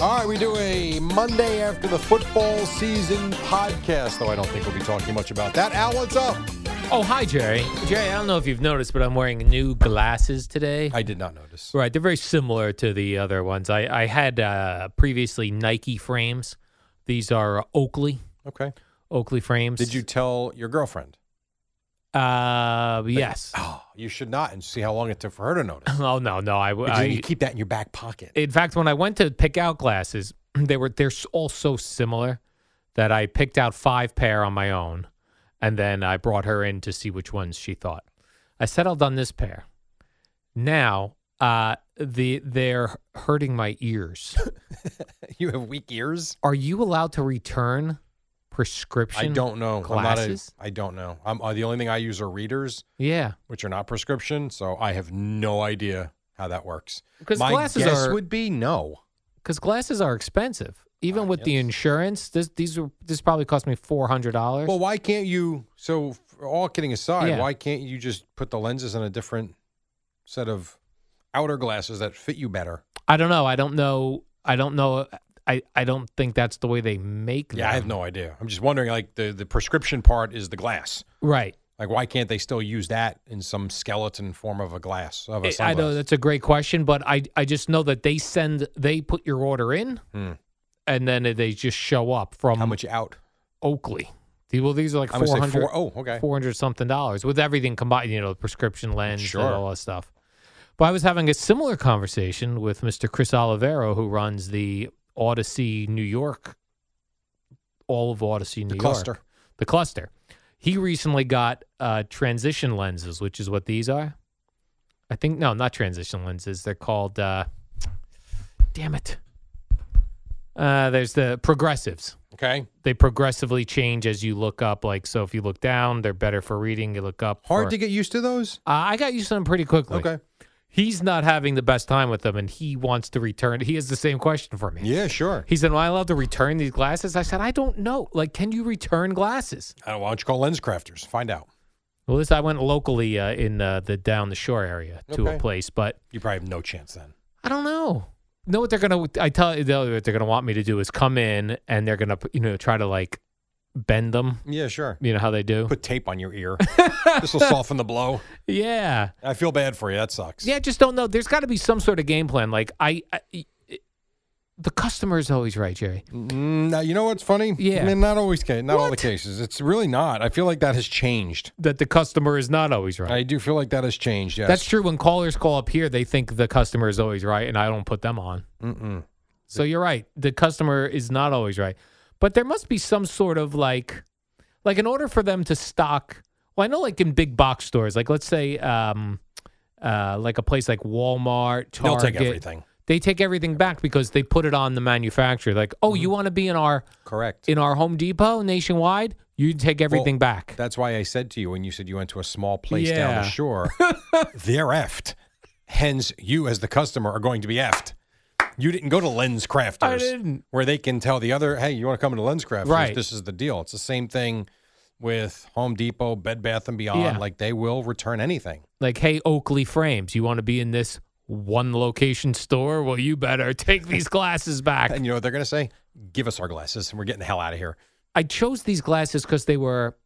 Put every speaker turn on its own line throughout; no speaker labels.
All right, we do a Monday after the football season podcast, though I don't think we'll be talking much about that. Al, what's up?
Oh, hi, Jerry. Jerry, I don't know if you've noticed, but I'm wearing new glasses today.
I did not notice.
right, they're very similar to the other ones. I, I had uh, previously Nike frames. These are Oakley,
Okay.
Oakley frames.
Did you tell your girlfriend?
Uh, yes.
Oh, you should not, and see how long it took for her to notice.
Oh no, no. I, w-
But
I
you keep that in your back pocket.
in fact, when I went to pick out glasses, they were they're s- all so similar that I picked out five pair on my own, and then I brought her in to see which ones she thought. I settled on this pair. Now, uh, the they're hurting my ears.
You have weak ears.
Are you allowed to return
I
prescription?
don't know.
Glasses?
I'm not a, I don't know. I'm, uh, the only thing I use are readers,
yeah,
which are not prescription, so I have no idea how that works.
because
My
glasses
guess
are
would be no.
because glasses are expensive. Even
Uh,
with the
yes.
insurance, this these were this probably cost me four hundred dollars.
Well, why can't you? So, f- all kidding aside,
Yeah.
why can't you just put the lenses in a different set of outer glasses that fit you better?
I don't know. I don't know. I don't know. I, I don't think that's the way they make
Yeah, I have
them.
no idea. I'm just wondering, like the the prescription part is the glass.
Right.
Like, why can't they still use that in some skeleton form of a glass of a
I I know
sunglass?
that's a great question, but I, I just know that they send, they put your order in
Hmm.
and then they just show up from
How much out?
Oakley. The- Well, these are like
I'm gonna say
400,
four- oh, okay.
400 something dollars with everything combined, you know, the prescription lens
Sure.
and all that stuff. But I was having a similar conversation with Mr. Chris Olivero, who runs the Odyssey New York, all of Odyssey New
The
York.
cluster.
the cluster. He recently got uh, transition lenses, which is what these are. I think no, not transition lenses. They're called. Uh, damn it. Uh, there's the progressives.
Okay.
They progressively change as you look up. Like so, if you look down, they're better for reading. You look up.
Hard
for-
to get used to those.
Uh, I got used to them pretty quickly.
Okay.
He's not having the best time with them, and he wants to return. He has the same question for me.
Yeah, sure.
He said, "Am I allowed to return these glasses?" I said, "I don't know. Like, can you return glasses?"
Uh, why don't you call lens crafters? Find out.
Well, this I went locally uh, in uh, the down the shore area to a
Okay.
place, but
You probably have no chance then.
I don't know. Know what they're gonna? I tell you though, what they're gonna want me to do is come in and they're gonna you know try to like bend them.
Yeah, sure.
You know how they do?
Put tape on your ear. this will soften the blow.
yeah,
I feel bad for you. That sucks.
yeah. I Just don't know. There's got to be some sort of game plan. Like I, I it- the customer is always right, Jerry.
Mm, now, you know what's funny?
Yeah.
I mean, not always, ca- not all the
What?
cases. It's really not. I feel like that has changed.
That the customer is not always right.
I do feel like that has changed. Yes.
That's true. When callers call up here, they think the customer is always right, and I don't put them on.
Mm-mm.
So you're right. The customer is not always right. But there must be some sort of like, like in order for them to stock. Well, I know like in big box stores, like let's say, um, uh, like a place like Walmart, Target,
They'll take everything.
They take everything back because they put it on the manufacturer. Like, oh,
Mm-hmm.
you want to be in our
Correct.
in our Home Depot nationwide? You take everything back.
That's why I said to you when you said you went to a small place down
Yeah.
the shore, they're effed. Hence, you as the customer are going to be effed. You didn't go to Lens Crafters,
I didn't.
where they can tell the other, "Hey, you want to come into Lens Crafters?
Right.
This is the deal." It's the same thing with Home Depot, Bed Bath and Beyond.
Yeah.
Like they will return anything.
Like, hey, Oakley Frames, you want to be in this one location store? Well, you better take these glasses back.
And you know what they're going to say? Give us our glasses, and we're getting the hell out of here.
I chose these glasses because they were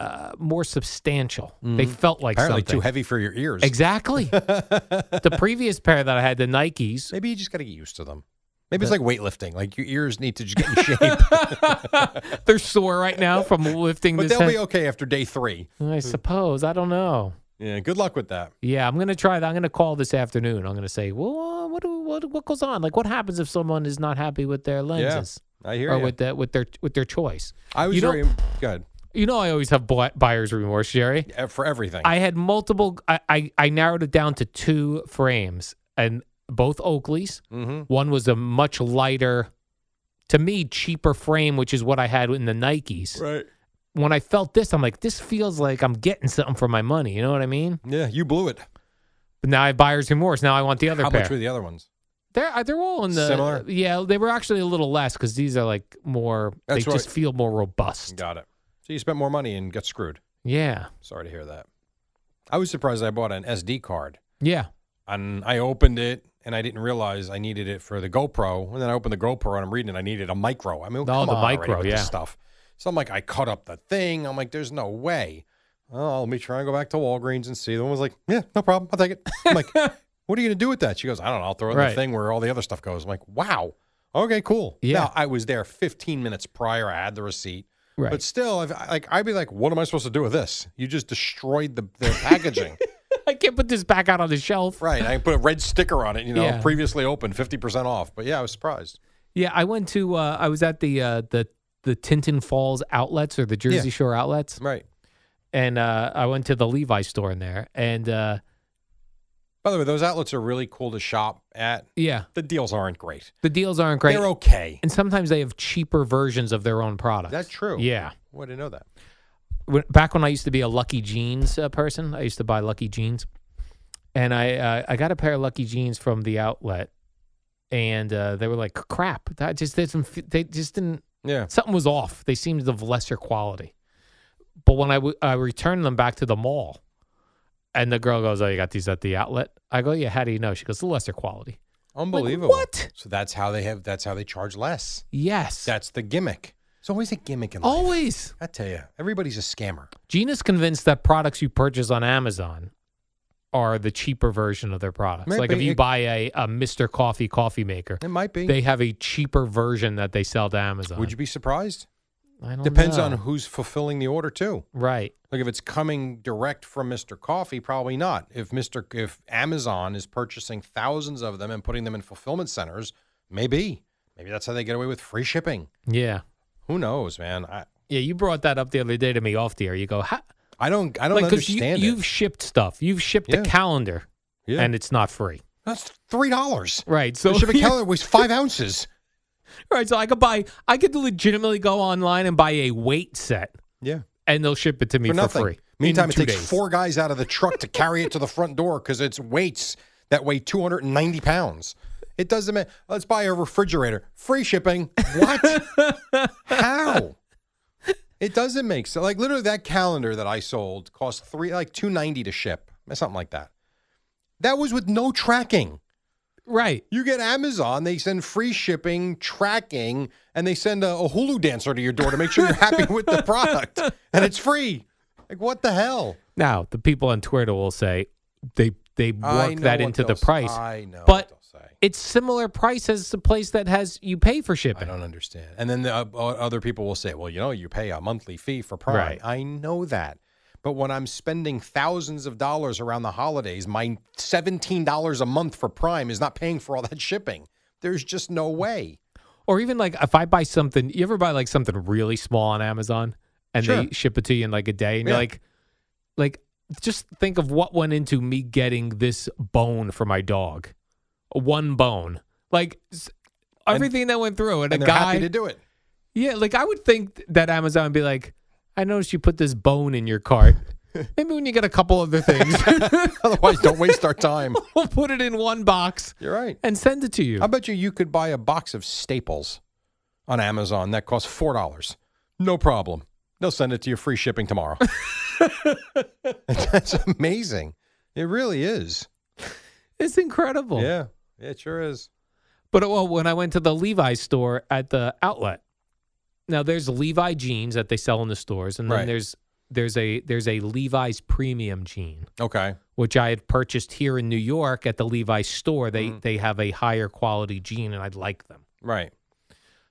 uh, more substantial. They felt like
Mm-hmm. Apparently,
something.
too heavy for your ears.
Exactly. the previous pair that I had, the Nikes,
Maybe you just got to get used to them. Maybe it's like weightlifting. Like your ears need to just get in shape,
they're sore right now from lifting
but
this.
they'll be
head-
okay after day three.
I suppose. I don't know.
Yeah. Good luck with that.
Yeah, I'm gonna try that. I'm gonna call this afternoon. I'm gonna say, well, uh, what do, what what goes on? Like, what happens if someone is not happy with their lenses
I hear
or
you.
with that with their with their choice?
I was
you know-
very good
You know, I always have bu- buyer's remorse, Jerry.
eh, for everything.
I had multiple. I, I I narrowed it down to two frames, and both Oakleys.
mm-hmm.
One was a much lighter, to me, cheaper frame, which is what I had in the Nikes.
Right.
When I felt this, I'm like, this feels like I'm getting something for my money. You know what I mean?
Yeah. You blew it.
But now I have buyer's remorse. Now I want the other
How
pair.
much were the other ones?
They're uh, they're all in the
Similar?
Yeah, they were actually a little less because these are like more.
That's
they just
right.
feel more robust.
Got it. So you spent more money and got screwed.
Yeah,
Sorry to hear that. I was surprised I bought an SD card
yeah.
and I opened it and I didn't realize I needed it for the GoPro. And then I opened the GoPro and I'm reading it. I needed a micro. I mean, come
Oh, the
on already
micro,
with this
yeah.
stuff. So I'm like, I cut up the thing. I'm like, there's no way. Oh, let me try and go back to Walgreens and see. The woman's like, yeah, no problem. I'll take it. I'm like, what are you going to do with that? She goes, I don't know. I'll throw it in
Right.
the thing where all the other stuff goes. I'm like, wow. Okay, cool.
Yeah.
Now, I was there 15 minutes prior. I had the receipt.
Right.
But still, if, like I'd be like, what am I supposed to do with this? You just destroyed the, the packaging.
I can't put this back out on the shelf.
Right. I put a red sticker on it, you know,
Yeah.
previously open, 50% off. But yeah, I was surprised.
Yeah, I went to. Uh, I was at the uh, the the Tinton Falls outlets or the Jersey
Yeah.
Shore outlets,
Right.
and uh, I went to the Levi store in there, and uh,
By the way, those outlets are really cool to shop at.
yeah,
The deals aren't great.
the deals aren't great.
They're okay.
and sometimes they have cheaper versions of their own product.
That's true.
Yeah.
Well, I didn't know that.
when, back when I used to be a Lucky Jeans uh, person, I used to buy Lucky Jeans, and I uh, I got a pair of Lucky Jeans from the outlet, and uh, they were like crap. That just didn't. f- They just didn't.
Yeah.
Something was off. They seemed of lesser quality. But when I, w- I returned them back to the mall, and the girl goes, "Oh, you got these at the outlet?" I go, "Yeah." How do you know? She goes, "The lesser quality."
Unbelievable.
what?
So that's how they have, that's how they charge less.
Yes,
That's the gimmick. It's always a gimmick
Oh.
in life.
always.
I tell you, everybody's a scammer.
Gina's convinced that products you purchase on Amazon are the cheaper version of their products.
Might
like if
be.
you buy a, a Mr. Coffee coffee maker,
It might be.
they have a cheaper version that they sell to Amazon.
Would you be surprised?
I don't
Depends
know.
on who's fulfilling the order, too.
Right.
Like if it's coming direct from Mr. Coffee, probably not. If Mr. if Amazon is purchasing thousands of them and putting them in fulfillment centers, maybe. Maybe that's how they get away with free shipping.
Yeah.
Who knows, man? I
Yeah. You brought that up the other day to me off the air. You go, "How-
I don't I don't
like, 'cause
understand
you,
it.
You've shipped stuff. You've shipped
Yeah.
a calendar,
yeah.
and it's not free.
that's three dollars.
Right. So
So the shipping calendar weighs five ounces.
right. So I could buy. I could legitimately go online and buy a weight set,
Yeah.
and they'll ship it to me
For
for,
nothing.
free. in
Meantime, it
two
takes
days.
four guys out of the truck to carry it to the front door because it's weights that weigh 290 pounds. It doesn't matter. Let's buy a refrigerator. Free shipping. What? How? It doesn't make sense. Like literally, that calendar that I sold cost three, like 290 to ship, something like that. That was with no tracking.
Right.
You get Amazon, they send free shipping, tracking, and they send a, a Hulu dancer to your door to make sure you're happy with the product, and it's free. Like what the hell?
Now, the people on Twitter will say they they
I
work
know
that
what
into the
they'll s-
price.
I know,
But
what they'll say.
it's similar price as the place that has you pay for
I
shipping.
don't understand. And then the, uh, o- other people will say, "Well, you know, you pay a monthly fee for Prime."
Right.
I know that, but when I'm spending thousands of dollars around the holidays, my seventeen dollars a month for Prime is not paying for all that shipping. There's just no way.
Or even like if I buy something, you ever buy like something really small on Amazon and they
Sure.
ship it to you in like a day, and you're
Yeah.
like, like just think of what went into me getting this bone for my dog, one bone, like s-
And-
everything that went through, and,
And
a
they're
guy
happy to do it.
Yeah, like I would think that Amazon would be like, I noticed you put this bone in your cart. Maybe when you get a couple other things,
Otherwise, don't waste our time.
we'll put it in one box
You're right.
and send it to you.
I bet you you could buy a box of staples on Amazon that costs four dollars. No problem. They'll send it to you free shipping tomorrow. That's amazing. It really is.
It's incredible.
Yeah. Yeah, it sure is.
But well, when I went to the Levi's store at the outlet, now there's Levi jeans that they sell in the stores, and then
Right.
there's there's a there's a Levi's premium jean,
Okay.
which I had purchased here in New York at the Levi's store. They they have a higher quality jean, and I'd like them.
Right.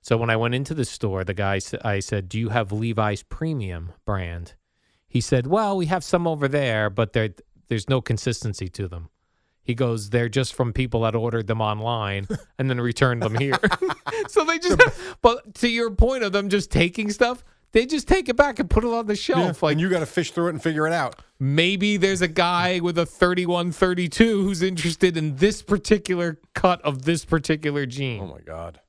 So when I went into the store, the guy s- I said, "Do you have Levi's premium brand?" He said, "Well, we have some over there, but there there's no consistency to them." He goes, "They're just from people that ordered them online and then returned them here." so they just but to your point of them just taking stuff, they just take it back and put it on the shelf. Like
and you got to fish through it and figure it out.
maybe there's a guy with a 31 32 who's interested in this particular cut of this particular jean.
Oh my God.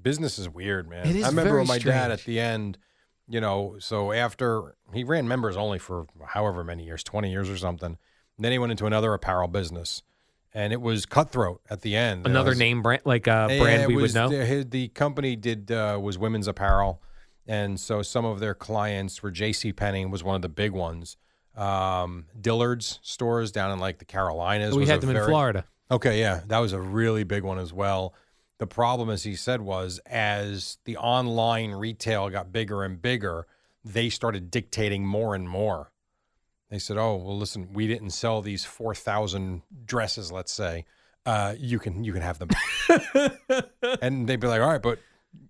Business is weird, man.
It is
I remember
very
when my dad
strange.
at the end, you know, so after he ran members only for however many years, 20 years or something. Then he went into another apparel business and it was cutthroat at the end. And I
Another
was-
name brand like a
Yeah,
brand
it
we would
was-
know.
The, his- the company did uh, was women's apparel, and so some of their clients were J.C. Penney was one of the big ones. Um, Dillard's stores down in like the Carolinas.
we
was
had
a
them in
very-
Florida.
Okay, yeah, that was a really big one as well. The problem, as he said, was as the online retail got bigger and bigger, they started dictating more and more. They said, "Oh, well, listen, we didn't sell these four thousand dresses, let's say. Uh, you can you can have them." and they'd be like, "All right, but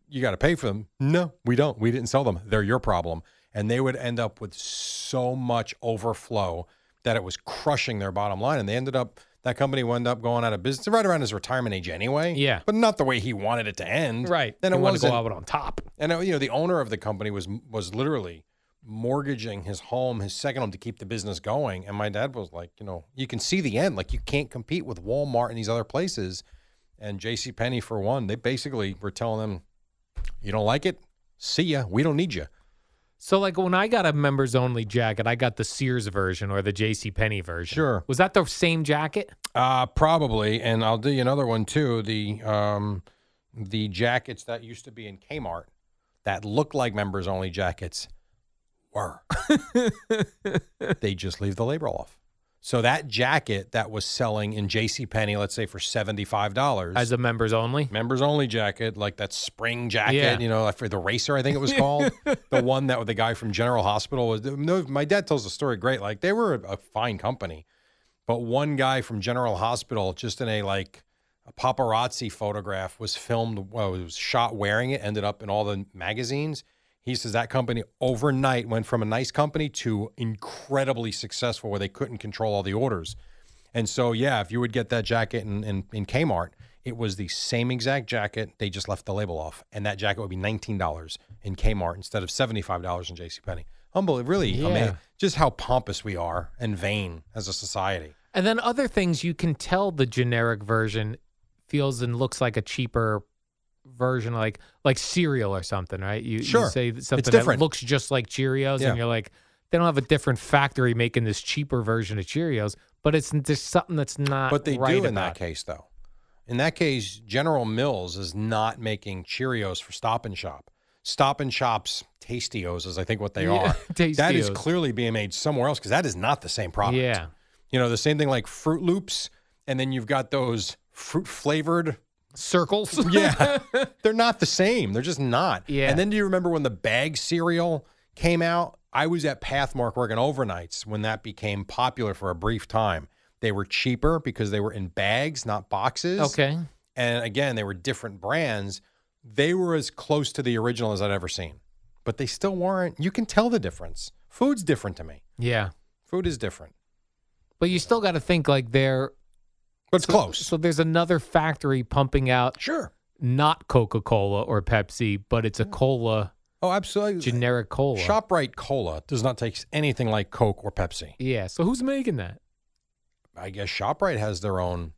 you got to pay for them." No, we don't. We didn't sell them. They're your problem. And they would end up with so much overflow that it was crushing their bottom line. And they ended up that company wound up going out of business right around his retirement age anyway.
Yeah.
but not the way he wanted it to end.
Right.
Then it
you want to go
wasn't-
out on top.
and uh, you know, the owner of the company was was literally mortgaging his home, his second home, to keep the business going. And my dad was like, you know, you can see the end. Like you can't compete with Walmart and these other places. And J.C. Penney, for one, they basically were telling them, you don't like it, see ya. We don't need you.
So like when I got a members only jacket, I got the Sears version or the J.C. Penney version.
Sure.
Was that the same jacket?
Uh, probably. And I'll do you another one too. The um, the jackets that used to be in Kmart that look like members only jackets were. they just leave the label off. So that jacket that was selling in J.C. Penney, let's say for seventy five dollars
As a members only?
members only jacket, like that spring jacket,
Yeah.
you know, for the racer, I think it was called, the one that the guy from General Hospital was. No, my dad tells the story great. Like they were a, a fine company, but one guy from General Hospital, just in a like a paparazzi photograph, was filmed, well, it was shot wearing it, ended up in all the magazines. He says that company overnight went from a nice company to incredibly successful, where they couldn't control all the orders. And so, yeah, if you would get that jacket in, in, in Kmart, it was the same exact jacket. They just left the label off. And that jacket would be $19 in Kmart instead of $75 in JCPenney. Unbelievable. Really, I
Yeah.
mean, just how pompous we are and vain as a society.
And then other things you can tell the generic version feels and looks like a cheaper version, like like cereal or something, right? You, you
Sure.
say that
It's
something that
different.
looks just like Cheerios,
Yeah.
and you're like, they don't have a different factory making this cheaper version of Cheerios, but it's there's something that's not.
But they
right
do
about
in that
it.
case, though. In that case, General Mills is not making Cheerios for Stop and Shop. Stop and Shop's Tastios is, I think, what they
Yeah,
are. That is
Tastios.
clearly being made somewhere else because that is not the same product.
Yeah.
You know, the same thing like Fruit Loops, and then you've got those fruit flavored.
Circles.
Yeah. They're not the same. They're just not.
Yeah.
And then do you remember when the bag cereal came out? I was at Pathmark working overnights when that became popular for a brief time. They were cheaper because they were in bags, not boxes.
okay.
And again, they were different brands. They were as close to the original as I'd ever seen, but they still weren't. You can tell the difference. Food's different to me.
Yeah.
Food is different,
But you still got to think like they're
but it's
so-
close.
So there's another factory pumping out
sure.
not Coca Cola or Pepsi, but it's a cola,
Oh, absolutely.
generic cola.
ShopRite Cola does not taste anything like Coke or Pepsi.
Yeah. So who's making that?
I guess ShopRite has their own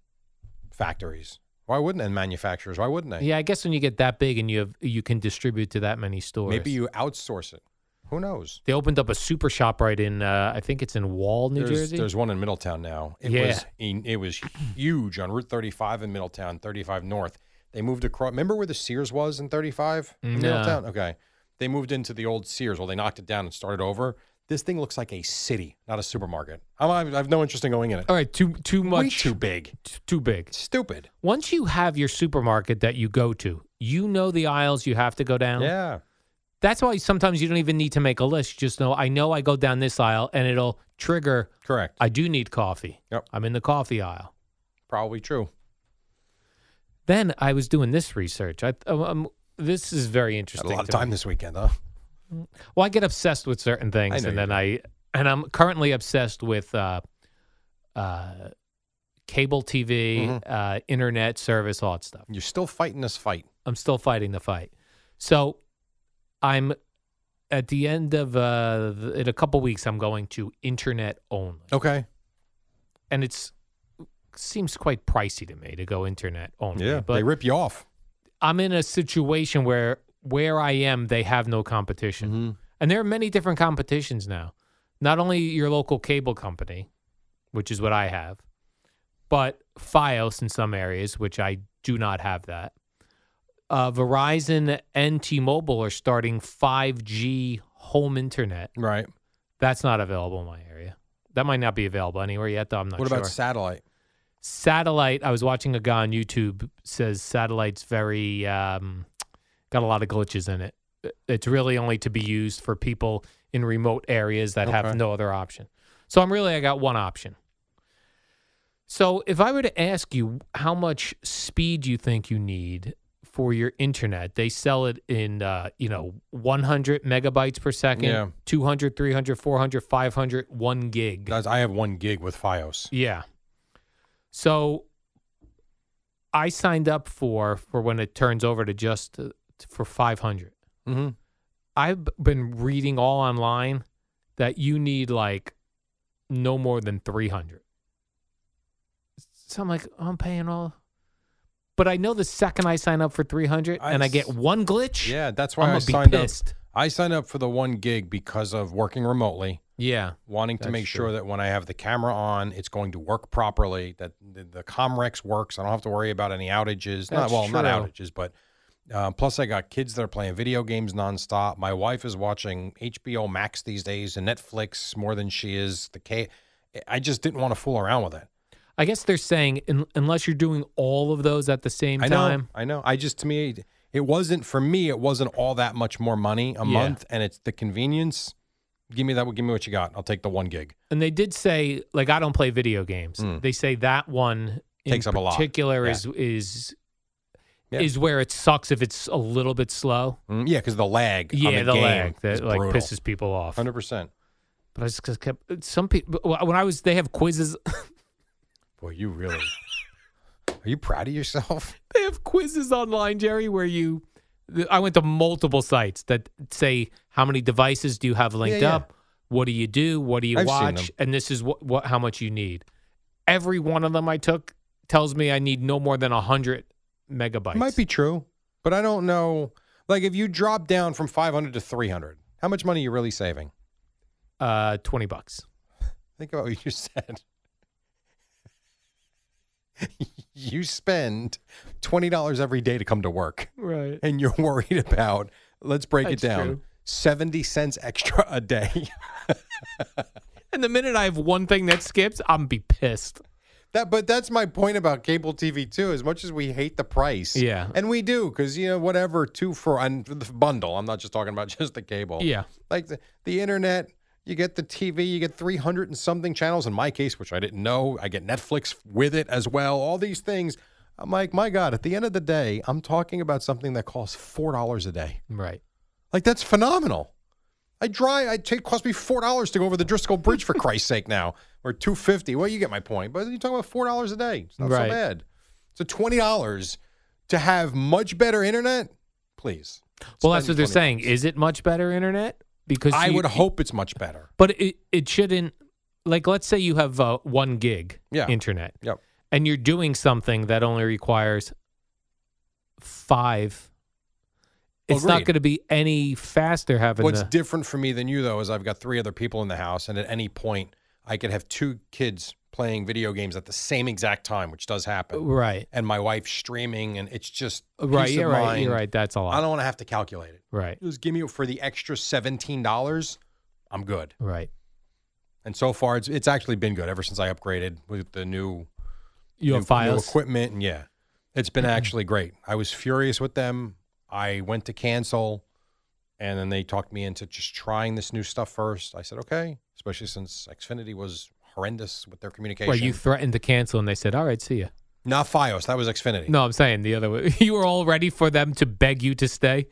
factories. Why wouldn't and manufacturers? Why wouldn't they?
Yeah, I guess when you get that big and you have you can distribute to that many stores.
Maybe you outsource it. Who knows?
They opened up a super shop right in, uh, I think it's in Wall, New
there's,
Jersey.
there's one in Middletown now. It
Yeah.
was in, it was huge on Route 35 in Middletown, 35 North. They moved across. Remember where the Sears was in 35 in
No.
Middletown? Okay. They moved into the old Sears. Well, they knocked it down and started over. This thing looks like a city, not a supermarket. I'm, I've, I've no interest in going in it.
All right, too too much,
Way too big.
t- too big.
Stupid.
Once you have your supermarket that you go to, you know the aisles you have to go down.
Yeah.
That's why sometimes you don't even need to make a list. You just know I know I go down this aisle, and it'll trigger.
Correct.
I do need coffee.
Yep.
I'm in the coffee aisle.
Probably true.
Then I was doing this research. I um, um, this is very
Had
interesting.
a lot of
to me.
time this weekend, huh?
Well, I get obsessed with certain things,
know
and
you
then I and I'm currently obsessed with uh, uh, cable TV,
Mm-hmm.
uh, internet service, all that stuff.
You're still fighting this fight.
I'm still fighting the fight. So I'm at the end of uh, th- in a couple weeks. I'm going to internet only,
Okay.
and it's seems quite pricey to me to go internet only.
Yeah.
but
they rip you off.
I'm in a situation where where I am, they have no competition,
Mm-hmm.
and there are many different competitions now. Not only your local cable company, which is what I have, but FiOS in some areas, which I do not have that. Uh, Verizon and T-Mobile are starting 5G home internet.
Right.
That's not available in my area. That might not be available anywhere yet, though. I'm not
what
sure
about satellite?
satellite i was watching a guy on youtube says satellite's very um, got a lot of glitches in it it's really only to be used for people in remote areas that have
Okay.
no other option so i'm really i got one option so if i were to ask you how much speed you think you need for your internet they sell it in uh, you know 100 megabytes per second
Yeah.
200 300 400 500 1 gig
Guys, I have one gig with FiOS.
yeah. So I signed up for for when it turns over to just uh, for 500.
Mm-hmm.
I've b- been reading all online that you need like no more than 300. So I'm like, I'm paying all. But I know the second I sign up for 300
I
and I get
s-
one glitch,
Yeah, that's why
I'm
i
going to be
signed up.
pissed.
I signed up for the one gig because of working remotely,
Yeah.
wanting to
That's
make sure
true.
that when I have the camera on, it's going to work properly, that the, the Comrex works. I don't have to worry about any outages. not
That's
well, not
true.
outages, but uh, plus I got kids that are playing video games nonstop. My wife is watching HBO Max these days and Netflix more than she is the K. I just didn't want to fool around with it.
I guess they're saying un- unless you're doing all of those at the same
I know.
time.
I know. I just to me, it- it wasn't for me. It wasn't all that much more money a
Yeah.
month, and it's the convenience. Give me that. Give me what you got. I'll take the one gig.
And they did say, like, I don't play video games. They say that one in
Hmm. Takes up a lot.
particular
Yeah.
is is
Yeah.
is where it sucks if it's a little bit slow.
Mm, yeah, because the lag. on
yeah,
the,
the
game
lag that like
brutal.
pisses people off.
Hundred percent.
But I just kept some people when I was they have quizzes.
Boy, you really. Are you proud of yourself?
they have quizzes online, Jerry, where you. I went to multiple sites that say how many devices do you have linked
yeah.
up, what do you do, what do you
I've seen
watch,
them.
and this is what, what how much you need. Every one of them I took tells me I need no more than hundred megabytes.
It might be true, but I don't know. Like, if you drop down from five hundred to three hundred, how much money are you really saving?
uh, twenty bucks.
Think about what you said. you spend twenty dollars every day to come to work.
Right.
and you're worried about, let's break
That's
it down.
true.
70 cents extra a day.
And the minute I have one thing that skips, I'm gonna be pissed.
that but that's my point about cable TV too. As much as we hate the price.
Yeah.
And we do cuz you know whatever two for on the bundle. I'm not just talking about just the cable.
Yeah.
Like the, the internet you get the TV, you get 300 and something channels in my case, which I didn't know. I get Netflix with it as well. All these things. I'm like, my God, at the end of the day, I'm talking about something that costs $4 a day.
Right.
Like that's phenomenal. I drive. I take cost me four dollars to go over the Driscoll Bridge for Christ's sake now, or two fifty. Well, you get my point. But you're talking about four dollars a day. It's not
Right.
so bad. So twenty dollars to have much better internet, please.
Well, that's what
Spend
they're
20
saying. Is it much better internet? Because
I
you-
would hope it's much better.
But it, it shouldn't. Like, let's say you have uh, one gig
Yeah.
internet,
Yep.
and you're doing something that only requires five It's not
Agreed.
going to be any faster having
What's
the,
different for me than you though is I've got three other people in the house, and at any point I could have two kids playing video games at the same exact time, which does happen.
right,
And my wife streaming, and it's just
Uh, right.
peace
You're
of
right.
mind.
You're right. That's a lot.
I don't want to have to calculate it.
right,
Just give me for the extra seventeen dollars. I'm good.
right.
And so far, it's it's actually been good ever since I upgraded with the new
Your
new, new
files. Mm-hmm.
equipment, and yeah, it's been actually great. I was furious with them. I went to cancel, and then they talked me into just trying this new stuff first. I said okay, especially since Xfinity was horrendous with their communication.
Well, you threatened to cancel, and they said, "All right, see ya."
Not FiOS, that was Xfinity.
No, I'm saying the other way. You were all ready for them to beg you to stay.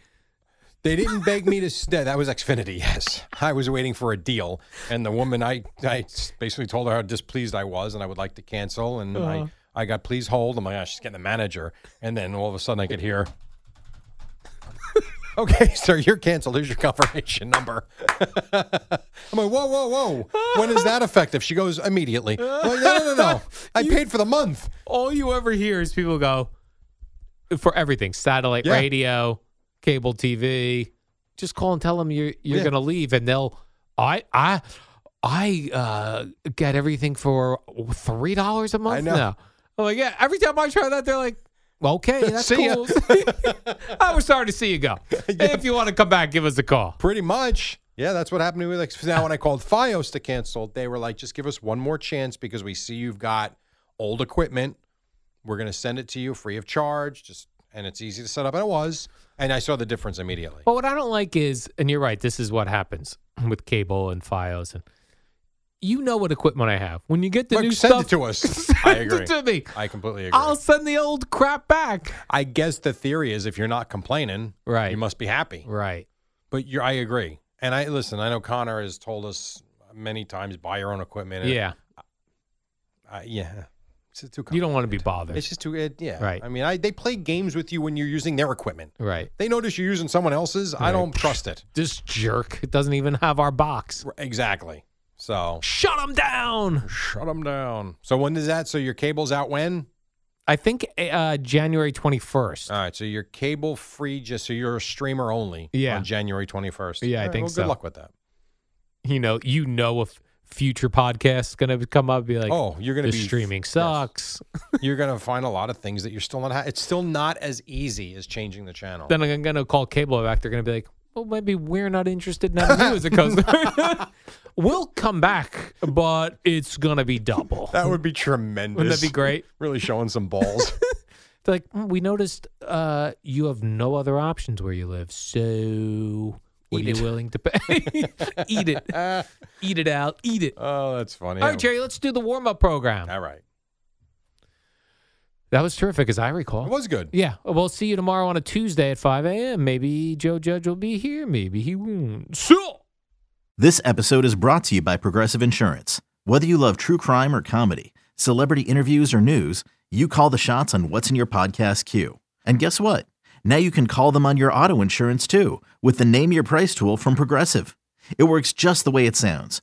They didn't beg me to stay. That was Xfinity. Yes, I was waiting for a deal, and the woman I I basically told her how displeased I was, and I would like to cancel, and I I got please hold. I'm like, oh, she's getting the manager, and then all of a sudden I could hear. Okay, sir, you're canceled. Here's your confirmation number. I'm like, whoa, whoa, whoa. When is that effective? She goes, immediately. I'm like, no, no, no, no. I paid for the month.
All you ever hear is people go for everything: satellite
Yeah.
radio, cable TV. Just call and tell them you're you're
Yeah.
going to leave, and they'll. I I I uh, get everything for three dollars a month
know.
now. I'm like, yeah. Every time I try that, they're like. "Well, Okay, that's
See ya."
cool. I was sorry to see you go. If you want to come back, give us a call.
Pretty much. Yeah, that's what happened to me with X. Now, when I called Fios to cancel, they were like, just give us one more chance because we see you've got old equipment. We're going to send it to you free of charge. Just And it's easy to set up. And it was. And I saw the difference immediately.
But what I don't like is, and you're right, this is what happens with cable and files, and you know what equipment I have. When you get the
Look,
new
send
stuff,
it to us.
send
I
it
agree.
to me.
I completely agree.
I'll send the old crap back.
I guess the theory is if you're not complaining,
Right.
you must be happy.
Right.
But you're, I agree. And I listen, I know Connor has told us many times buy your own equipment. and
Yeah.
I, yeah. It's too
You don't want to be
complicated.
bothered.
It's just too, it, yeah.
Right.
I mean, I, they play games with you when you're using their equipment.
right.
They notice you're using someone else's. I
Right.
don't trust it.
This jerk it doesn't even have our box.
Exactly. So
Shut him down.
shut them down. So when does that? So your cable's out when?
I think uh, January 21st.
All right. So you're cable free. Just so you're a streamer only.
Yeah.
On January 21st.
Yeah, I
All right,
think
well,
so.
Good luck with that.
you know, you know if future podcasts going to come up and be like,
oh, you're gonna
the
be
streaming
yes.
sucks.
You're gonna find a lot of things that you're still not. Ha- it's still not as easy as changing the channel.
then I'm going to call cable back. They're going to be like, well, maybe we're not interested in having you as a customer. we'll come back, but it's going to be double.
that would be tremendous.
Wouldn't that be great?
really showing some balls.
They're like, "Mm, we noticed uh, you have no other options where you live. So what
Eat
are
it."
you willing to pay? eat it. eat it out. Eat it.
oh, that's funny.
All right, Jerry, let's do the warm up program.
All right.
That was terrific, as I
It
recall.
was good.
Yeah, we'll see you tomorrow on a Tuesday at 5 a.m. Maybe Joe Judge will be here. Maybe he won't. So.
This episode is brought to you by Progressive Insurance. Whether you love true crime or comedy, celebrity interviews or news, you call the shots on what's in your podcast queue. And guess what? Now you can call them on your auto insurance too with the Name Your Price tool from Progressive. It works just the way it sounds.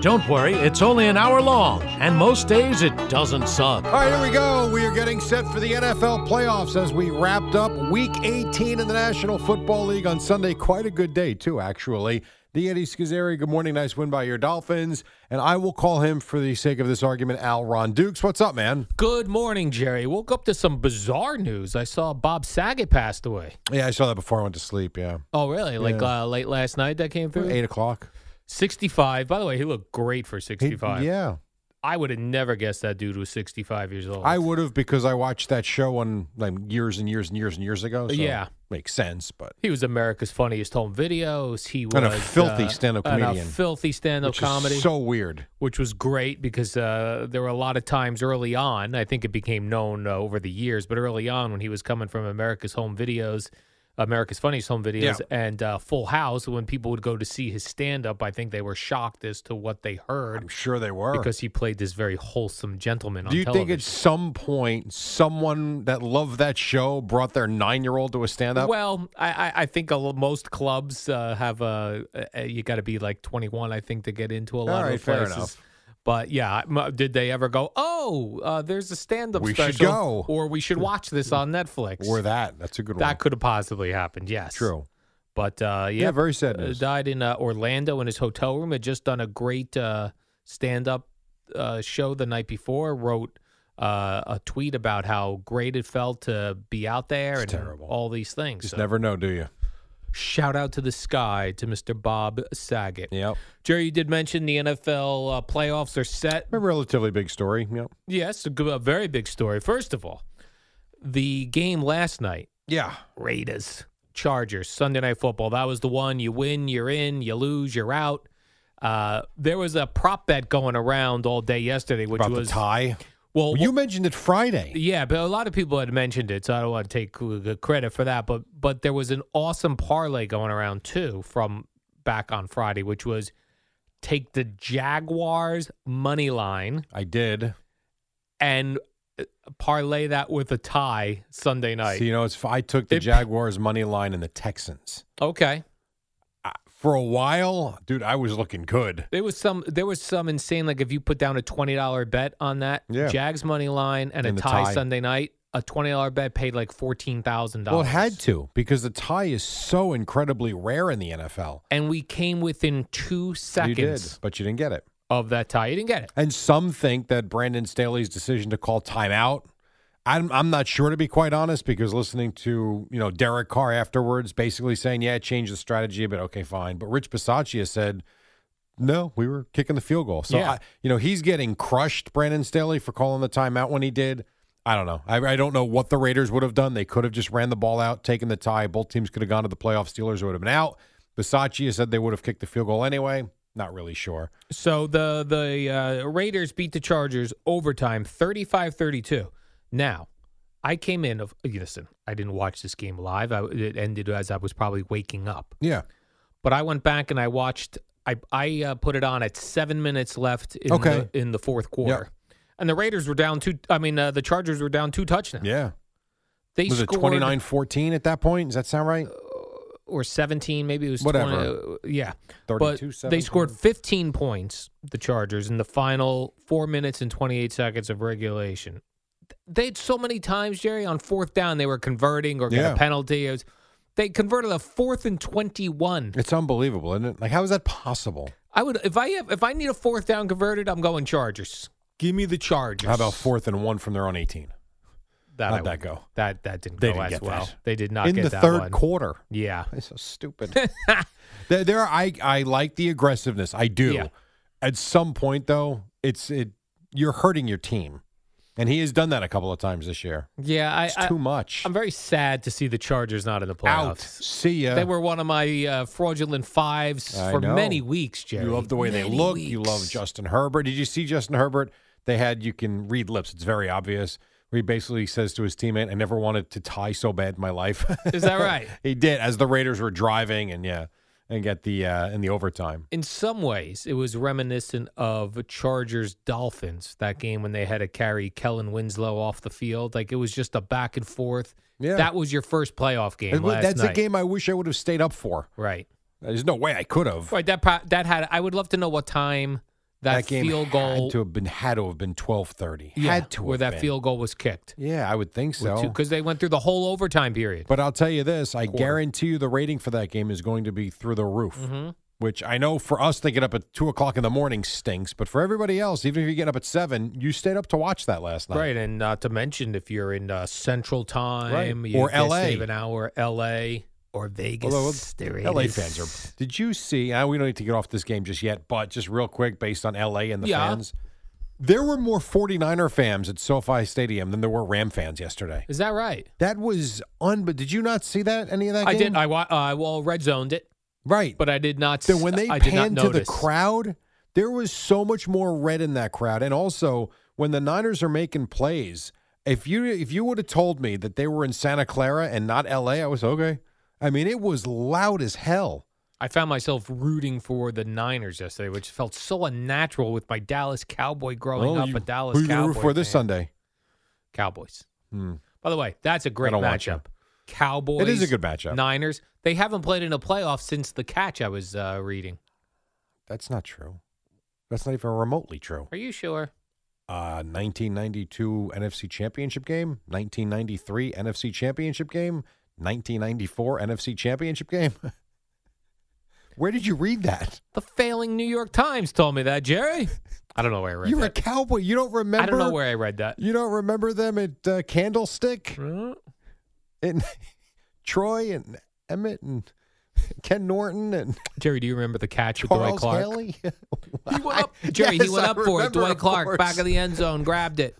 Don't worry, it's only an hour long, and most days it doesn't suck.
All right, here we go. We are getting set for the NFL playoffs as we wrapped up week 18 in the National Football League on Sunday. Quite a good day, too, actually. The Eddie Schizzeri, good morning. Nice win by your Dolphins. And I will call him, for the sake of this argument, Al Ron Dukes. What's up, man?
Good morning, Jerry. Woke up to some bizarre news. I saw Bob Saget passed away.
Yeah, I saw that before I went to sleep. Yeah.
Oh, really? Like uh, late last night that came through?
Eight o'clock.
65. By the way, he looked great for
He-
65.
yeah.
I would have never guessed that dude was 65 years old.
I would have because I watched that show on like years and years and years and years ago. So
Yeah.
Makes sense, but
He was America's Funniest Home Videos. He was
And a filthy
uh,
stand-up
and
comedian.
a filthy stand-up
which is
comedy,
so weird.
which was great because uh, there were a lot of times early on. I think it became known uh, over the years, but early on when he was coming from America's Home Videos, America's Funniest Home Videos
Yeah.
and uh, Full House. When people would go to see his stand up, I think they were shocked as to what they heard
I'm sure they were.
because he played this very wholesome gentleman on
Do you
television.
think at some point someone that loved that show brought their nine year old to a stand up?
Well, I, I- I think a, lo- most clubs uh, have a, a you got to be like 21, I think, to get into a lot
right,
of
fair
places.
enough.
But yeah, m- did they ever go? Oh, uh, there's a stand-up
We
special,
should go."
or we should watch this on Netflix.
or that. That's a good one.
that could have possibly happened. Yes,
True.
But uh, yeah,
Yeah, very sad
uh,
news.
died in uh, Orlando in his hotel room. Had just done a great uh, stand-up uh, show the night before. Wrote uh, a tweet about how great it felt to be out there and
terrible.
all these things.
Just
So-
never know, do you?
Shout out to the sky to Mr. Bob Saget.
Yep.
Jerry, you did mention the NFL uh, playoffs are set.
A relatively big story. Yep.
Yes, a, good, a very big story. First of all, the game last night,
Yeah.
Raiders, Chargers, Sunday Night Football. That was the one you win, you're in, you lose, you're out. Uh, there was a prop bet going around all day yesterday, which
About
was Oh,
the tie.
well,
you mentioned it Friday.
Yeah, but a lot of people had mentioned it, so I don't want to take cl- the credit for that. But but there was an awesome parlay going around too from back on Friday, which was take the Jaguars money line
I did.
and uh, parlay that with a tie Sunday night.
So, you know, it's, I took the
It-
Jaguars money line and the Texans.
okay,
For a while, dude, I was looking good.
there was some there was some insane like if you put down a twenty dollar bet on that
Yeah.
Jags money line and,
And
a
the
tie,
tie.
Sunday night, a twenty dollar bet paid like fourteen thousand dollars.
Well, it had to because the tie is so incredibly rare in the NFL.
And we came within two
You did,
seconds
but you didn't get it.
of that tie. You didn't get it.
And some think that Brandon Staley's decision to call timeout. I'm, I'm not sure to be quite honest because listening to you know Derek Carr afterwards, basically saying yeah, change the strategy, but okay, fine. But Rich Bisaccia said no, we were kicking the field goal. So
Yeah.
I, you know he's getting crushed, Brandon Staley, for calling the timeout when he did. I don't know. I, I don't know what the Raiders would have done. They could have just ran the ball out, taken the tie. Both teams could have gone to the playoff. Steelers would have been out. Bisaccia said they would have kicked the field goal anyway. Not really sure.
So the the uh, Raiders beat the Chargers overtime 35-32. Now, I came in of listen, I didn't watch this game live. I, it ended as I was probably waking up.
Yeah.
But I went back and I watched I I uh, put it on at 7 minutes left in
Okay.
the in the fourth quarter. And the Raiders were down two I mean uh, the Chargers were down two touchdowns.
Yeah.
They
was it
scored Uh,
29 14 at that point? Does that sound right?
or 17 maybe it was
Whatever.
20, uh, yeah but
32,
they scored 15 points the chargers in the final four minutes and 28 seconds of regulation they had so many times jerry on fourth down they were converting or got
Yeah.
a penalty it was, they converted a fourth and 21
It's unbelievable, isn't it? Like, how is that possible?
i would if i have if i need a fourth down converted i'm going chargers give me the chargers
How about fourth and one from their own 18?
that
how'd
I
that
would-
go?
that that didn't
They
go
didn't
as
get
well
that.
they did not
In
get
the
that
third
one.
quarter.
yeah
It's so stupid. there, there are- I, I like the aggressiveness. I do.
Yeah.
At some point, though, it's it. You're hurting your team, and he has done that a couple of times this year.
yeah I,
It's
I
too much.
i'm very sad to see the chargers not in the playoffs
Out. See ya.
They were one of my uh, fraudulent fives
I
for
know.
many weeks, Jerry.
You love the way they
Many
look. You love
weeks.
Justin Herbert. Did you see Justin Herbert? They had you can read lips. It's very obvious. Where he basically says to his teammate, "I never wanted to tie so bad in my life."
Is that right?
he did as the Raiders were driving, and yeah, and get the uh, in the overtime.
In some ways, it was reminiscent of Chargers Dolphins, that game when they had to carry Kellen Winslow off the field. Like it was just a back and forth.
Yeah.
That was your first playoff game.
And
last
that's
night.
a game I wish I would have stayed up for.
Right.
There's no way I could have.
Right. That pro- that had I would love to know what time that,
game
field goal
had to have been had to have been twelve thirty.
yeah,
had to
where
have
that
been.
field goal was kicked.
Yeah, I would think so.
Because they went through the whole overtime period.
But I'll tell you this: I
Quarter.
guarantee you, the rating for that game is going to be through the roof.
Mm-hmm.
Which I know for us to get up at two o'clock in the morning stinks, but for everybody else, even if you get up at seven, you stayed up to watch that last night.
Right, and not to mention if you're in uh, Central Time
Right.
you
Or
can
LA.
save an hour, L.A. or Vegas.
Although
there it
LA
is.
fans are. Did you see? uh, we don't need to get off this game just yet, but just real quick, based on LA and the
Yeah.
fans, there were more 49er fans at SoFi Stadium than there were Ram fans yesterday.
Is that right?
That was un. But did you not see that any of that?
I
game?
did. I wa- uh, well red zoned it,
right.
but I did not.
Then
s-
when they
I did not
panned to the
notice.
crowd, there was so much more red in that crowd. And also, when the Niners are making plays, if you if you would have told me that they were in Santa Clara and not L.A., I was okay. I mean, it was loud as hell.
I found myself rooting for the Niners yesterday, which felt so unnatural with my Dallas Cowboy growing
Well,
up.
Oh, you-
a Dallas
who you gonna
Cowboy
root for this
fan.
Sunday?
Cowboys. By the way, that's a great
don't watch
matchup. Cowboys.
It is a good matchup.
Niners. They haven't played in a playoff since the catch I was uh, reading.
That's not true. That's not even remotely true.
Are you sure?
Uh, 1992 NFC Championship game, 1993 NFC Championship game, 1994 NFC Championship game. Where did you read that?
The failing New York Times told me that, Jerry. I don't know where I read
You're a
that.
cowboy. You don't remember.
I don't know where I read that.
You don't remember them at uh, Candlestick
Mm.
and Troy and Emmett and Ken Norton and
Jerry, do you remember the catch with Dwight
Charles
Clark?
Haley.
He went up, Jerry, he
Yes,
went
I
up for it.
remember,
Dwight
of
Clark,
course.
back of the end zone, grabbed it.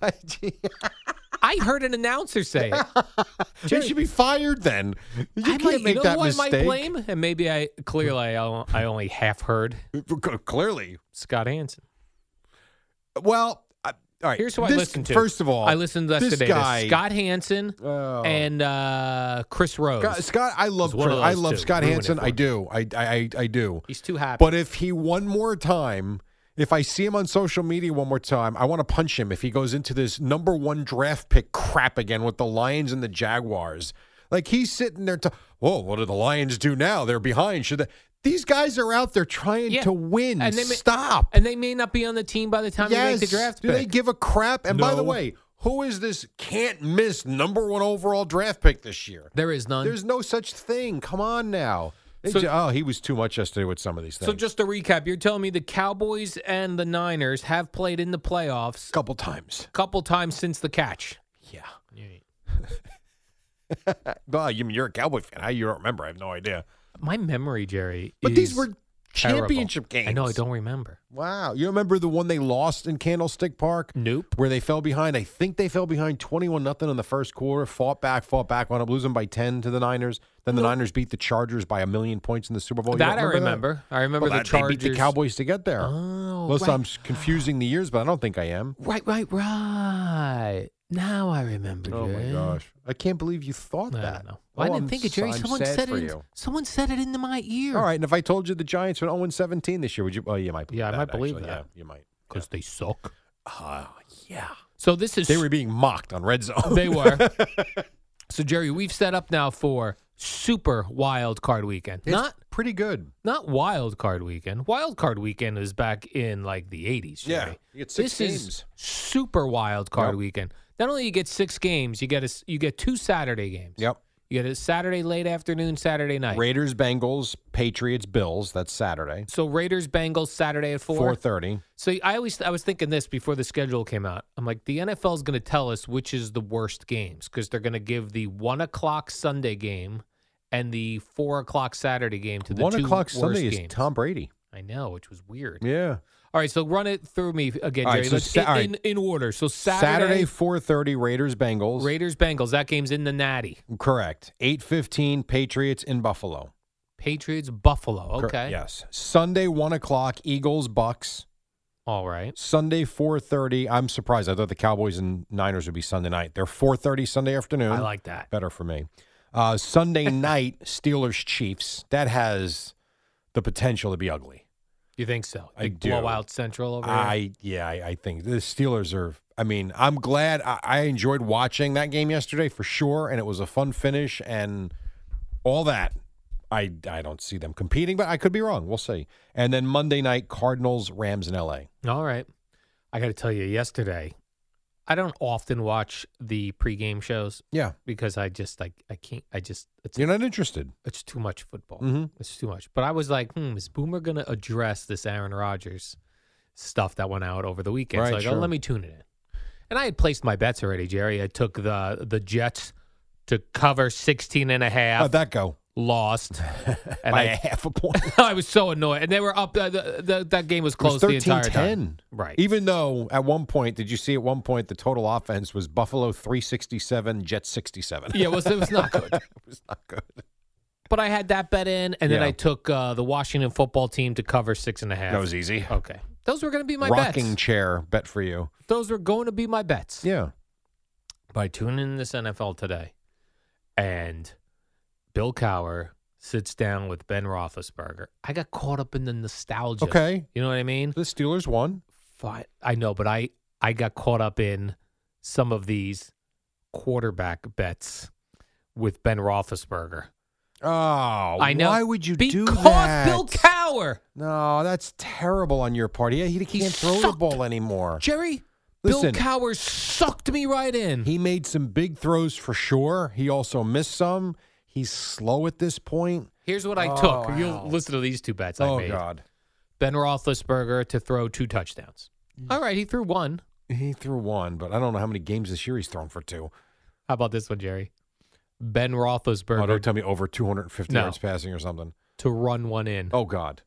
I heard an announcer say it.
You should be fired then. You
I
can't
might,
make
you know
that
who
mistake.
I might blame? And maybe I clearly I, o- I only half heard
Clearly.
Scott Hansen.
Well, I, all right.
Here's who I
This-
listened to.
First of all,
I listened
this
yesterday
guy-
to Scott Hansen
Oh.
and uh, Chris Rose.
Scott, Scott, I love
He's one
Chris-
of
I
those
love
two.
Scott
Ruin it
Hansen.
for
I
him.
do. I I I, I do.
He's too happy.
But if he one more time, if I see him on social media one more time, I want to punch him if he goes into this number one draft pick crap again with the Lions and the Jaguars. Like he's sitting there, to, whoa, what do the Lions do now? They're behind. Should they? These guys are out there trying
Yeah.
to win.
And they may-
Stop.
and they may not be on the team by the time they make the draft
Do they
pick.
give a crap? And by the
No.
way, who is this can't miss number one overall draft pick this year?
there is none.
There's no such thing. Come on now. They
So-
ju- oh, he was too much yesterday with some of these things.
so just to recap, you're telling me the Cowboys and the Niners have played in the playoffs
a couple times.
a couple times since the catch.
Yeah. Well, you mean you're a Cowboy fan? I you don't remember? I have no idea.
My memory, Jerry.
But these
is
were
terrible.
championship games.
I know. I don't remember.
Wow. You remember the one they lost in Candlestick Park?
Nope.
Where they fell behind. I think they fell behind 21 nothing in the first quarter, fought back, fought back, wound up losing by 10 to the Niners. Then the Niners beat the Chargers by a million points in the Super Bowl. Oh, You
that
don't
I remember. I remember
Well,
the
that-
Chargers.
They beat the Cowboys to get there.
Oh,
Unless
right.
I'm s- confusing the years, but I don't think I am.
Right, right, right. Now I remember.
Oh,
Jerry.
I can't believe you thought
Oh, I
that.
don't know.
Oh,
I didn't
I'm
think it,
s-
Jerry.
I'm
Someone
sad
said
for
it. in-
you.
Someone said it into my ear.
All right, and if I told you the Giants went 0 17 this year, would you? Oh, you might. Believe
Yeah, I
that,
might believe
actually.
that.
Yeah, you might.
because they suck.
Oh, yeah.
So this is
They were being mocked on Red Zone.
They were. so Jerry, we've set up now for super wild card weekend.
It's
not
pretty good.
not wild card weekend. Wild card weekend is back in like the eighties.
Yeah.
Jerry.
You get six
this
games.
is super wild card
Yep.
weekend. Not only you get six games, you get a s- you get two Saturday games.
Yep.
You get a Saturday late afternoon, Saturday night.
Raiders, Bengals, Patriots, Bills. That's Saturday,
so Raiders Bengals Saturday at four.
four thirty.
So I always I was thinking this before the schedule came out. I'm like the NFL is going to tell us which is the worst games because they're going to give the one o'clock Sunday game and the four o'clock Saturday game to the
One
two
o'clock
worst
Sunday
games.
is Tom Brady.
I know, which was weird.
Yeah.
All right, so run it through me again,
All right,
Jerry.
so
Let's-
Sa-
in,
all right.
in, in order. So
Saturday,
Saturday,
four thirty. Raiders, Bengals.
Raiders Bengals. That game's in the Natty.
Correct. Eight fifteen. Patriots in Buffalo.
Patriots Buffalo.
Cor-
Okay.
Yes. Sunday, one o'clock. Eagles, Bucks.
All right.
Sunday, four thirty. I'm surprised. I thought the Cowboys and Niners would be Sunday night. They're four thirty Sunday afternoon.
I like that.
better for me. Uh, Sunday night, Steelers Chiefs. That has the potential to be ugly.
You think so?
I
Big
do.
blowout Central over here.
I yeah, I, I think the Steelers are. I mean, I'm glad I, I enjoyed watching that game yesterday for sure, and it was a fun finish and all that. I I don't see them competing, but I could be wrong. We'll see. And then Monday night, Cardinals, Rams, in L.A.
All right. I got to tell you, yesterday, I don't often watch the pregame shows
Yeah,
because I just like I can't. I just it's
you're not interested.
it's too much football.
Mhm.
It's too much. But I was like, hmm, is Boomer gonna address this Aaron Rodgers stuff that went out over the weekend?
Right,
so I go,
sure.
let me tune it in. And I had placed my bets already, Jerry. I took the the Jets to cover 16 and a half,
How'd Oh, that go?
lost. and
By
I
a half a point. It
I was so annoyed. And they were up. Uh, the, the, that game was
was
close the entire
13-10.
time. Right.
Even though at one point, did you see at one point the total offense was Buffalo 367, Jets 67.
yeah, it was, it was not good.
it was not good.
But I had that bet in, and then
Yeah.
I took uh, the Washington football team to cover six and a half.
That was easy.
okay. Those were going to be my
Rocking
bets.
chair bet for you.
Those were going to be my bets.
Yeah.
By tuning in this NFL today, and Bill Cower sits down with Ben Roethlisberger. I got caught up in the nostalgia.
Okay.
You know what I mean?
The Steelers won.
Fine. I know, but I I got caught up in some of these quarterback bets with Ben Roethlisberger.
Oh,
I know.
Why would you
because
do that?
Bill Cower,
No, that's terrible on your part. Yeah, he can't throw the
sucked.
ball anymore.
Jerry. Bill
Listen.
Cower sucked me right in.
He made some big throws for sure. He also missed some. He's slow at this point.
Here's what I
Oh,
took.
wow.
You'll listen to these two bets I
oh
made.
God,
Ben Roethlisberger to throw two touchdowns. All right, he threw one.
he threw one, but I don't know how many games this year he's thrown for two.
How about this one, Jerry? Ben
Oh,
Roethlisberger
don't tell me over 250
No.
yards passing or something.
to run one in.
Oh God.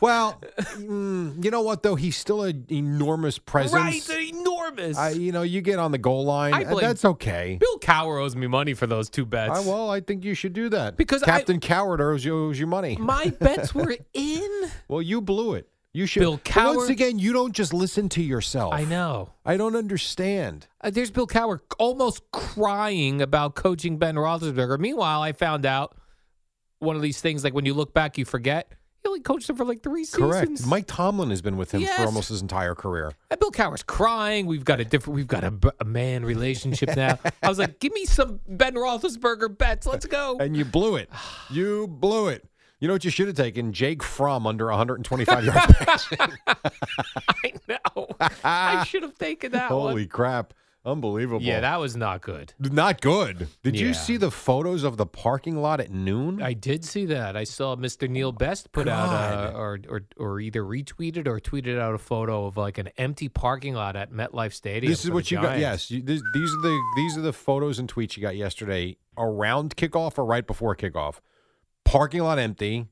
well, mm, you know what though? He's still an enormous
right,
presence.
they're enormous.
I, you know, you get on the goal line.
I
uh,
blame-
that's okay.
Bill Cower owes me money for those two bets.
I, well, I think you should do that
Because I-
Captain Coward owes you, owes you money.
My bets were in.
Well, you blew it. You should.
Bill
But Once
Coward-
again, you don't just listen to yourself.
I know.
I don't understand.
Uh, there's Bill Cower almost crying about coaching Ben Roethlisberger. Meanwhile, I found out one of these things like when you look back, you forget. He only coached him for like three seasons.
Correct. Mike Tomlin has been with him for
Yes.
almost his entire career.
And Bill Cower's crying. We've got a different. We've got a, b- a man relationship now. I was like, give me some Ben Roethlisberger bets. Let's go.
And you blew it. You blew it. You know what you should have taken? Jake Fromm under 125 yards.
I know. I should have taken that
Holy
one.
crap. Unbelievable.
Yeah, that was not good.
Not good. Did you
Yeah.
see the photos of the parking lot at noon?
I did see that. I saw Mr. Neil Best put out a, or, or or either retweeted or tweeted out a photo of like an empty parking lot at MetLife Stadium.
this is
for
what
the
you got.
Giants.
Yes, you, this, these are the these are the photos and tweets you got yesterday around kickoff or right before kickoff. Parking lot empty,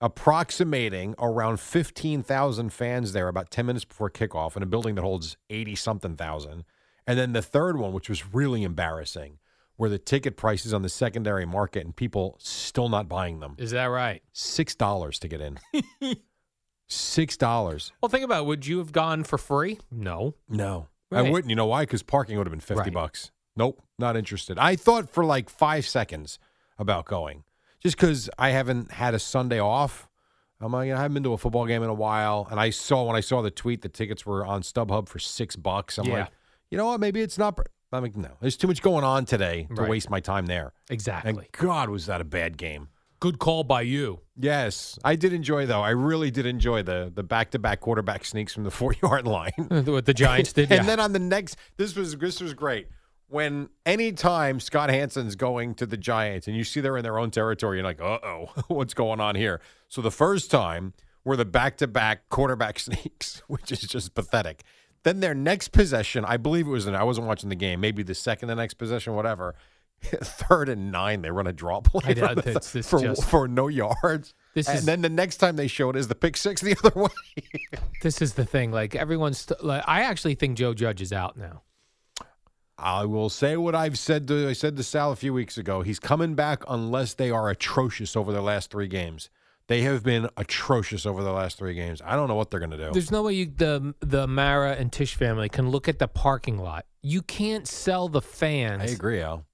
approximating around fifteen thousand fans there about ten minutes before kickoff in a building that holds eighty something thousand. And then the third one, which was really embarrassing, were the ticket prices on the secondary market and people still not buying them.
Is that right?
Six dollars to get in. Six dollars.
Well, think about it. Would you have gone for free? No.
No, I
Right.
wouldn't. You know why? Because parking would have been fifty
Right.
bucks. Nope, not interested. I thought for like five seconds about going, just because I haven't had a Sunday off. I'm like, I haven't been to a football game in a while, and I saw when I saw the tweet, the tickets were on StubHub for six bucks. I'm
Yeah.
like, you know what? Maybe it's not. I'm like, no, there's too much going on today to
Right.
waste my time there.
Exactly.
And God, was that a bad game?
Good call by you.
Yes, I did enjoy though. I really did enjoy the the back to back quarterback sneaks from the four yard line.
what the Giants did. yeah.
And then on the next, this was this was great. When any time Scott Hansen's going to the Giants and you see they're in their own territory, you're like, uh oh, what's going on here? So the first time were the back to back quarterback sneaks, which is just pathetic. Then their next possession, I believe it was, and I wasn't watching the game, maybe the second, the next possession, whatever. Third and nine, they run a draw play
I
from
know,
the th-
it's- it's
for,
just-
for no yards.
This
and
is-
then the next time they show it is the pick six the other way.
This is the thing. Like everyone's. St- like, I actually think Joe Judge is out now.
I will say what I've said to I said to Sal a few weeks ago. He's coming back unless they are atrocious over their last three games. They have been atrocious over the last three games. I don't know what they're going to do.
There's no way you, the the Mara and Tish family can look at the parking lot. You can't sell the fans.
I agree, Al.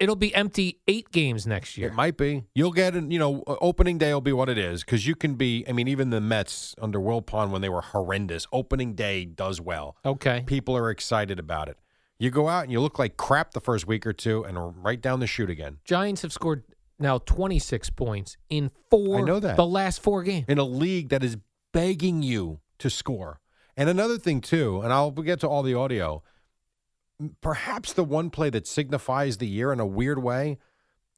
It'll be empty eight games next year.
It might be. You'll get an, you know, uh, opening day will be what it is because you can be. I mean, even the Mets under Will Pond when they were horrendous, opening day does well.
okay.
People are excited about it. You go out and you look like crap the first week or two, and right down the chute again.
Giants have scored now 26 points in four.
I know that.
the last four games.
in a league that is begging you to score. And another thing too, and I'll get to all the audio. Perhaps the one play that signifies the year in a weird way,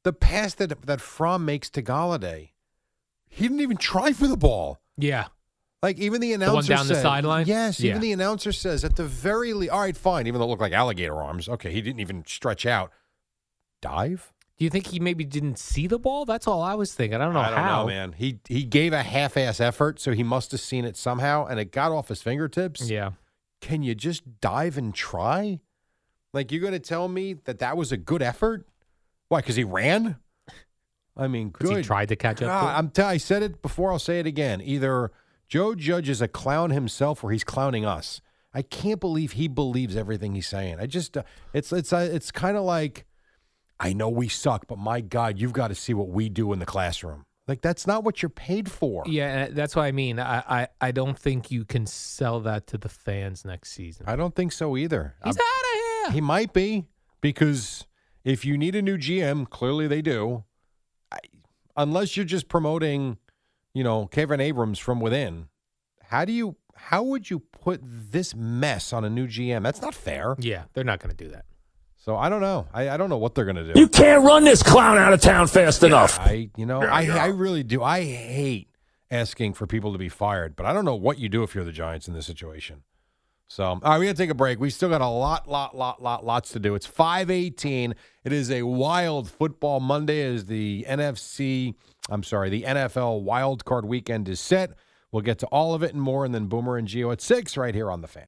the pass that that Fromm makes to Galladay. He didn't even try for the ball.
Yeah.
Like even the
one
announcer
down the
said-
sideline?
Yes, even
Yeah.
the announcer says at the very least. All right, fine. Even though it looked like alligator arms, okay, he didn't even stretch out. Dive?
Do you think he maybe didn't see the ball? That's all I was thinking. I don't know
I don't
how.
know, man. He he gave a half-ass effort, so he must have seen it somehow, and it got off his fingertips.
Yeah.
Can you just dive and try? Like you're going to tell me that that was a good effort? Why? Because he ran. I mean,
Because
good.
he tried to catch up.
God,
to it.
I'm. T- I said it before. I'll say it again. Either Joe Judge is a clown himself, or he's clowning us. I can't believe he believes everything he's saying. I just. uh, it's it's uh, it's kind of like I know we suck, but my God, you've got to see what we do in the classroom. Like that's not what you're paid for.
Yeah, and that's what I mean. I, I, I don't think you can sell that to the fans next season.
I don't think so either.
He's
I'm-
out of here.
He might be because if you need a new GM, clearly they do. I, unless you're just promoting, you know, Kevin Abrams from within. How do you? How would you put this mess on a new GM? That's not fair.
yeah, they're not going to do that.
So I don't know. I, I don't know what they're gonna do.
You can't run this clown out of town fast enough.
I, you know, I, I really do. I hate asking for people to be fired, but I don't know what you do if you're the Giants in this situation. So, all right, we got to take a break. We still got a lot, lot, lot, lot, lots to do. It's 518. It is a wild football Monday as the NFC, I'm sorry, the NFL wild card weekend is set. We'll get to all of it and more, and then Boomer and Geo at 6 right here on The Fan.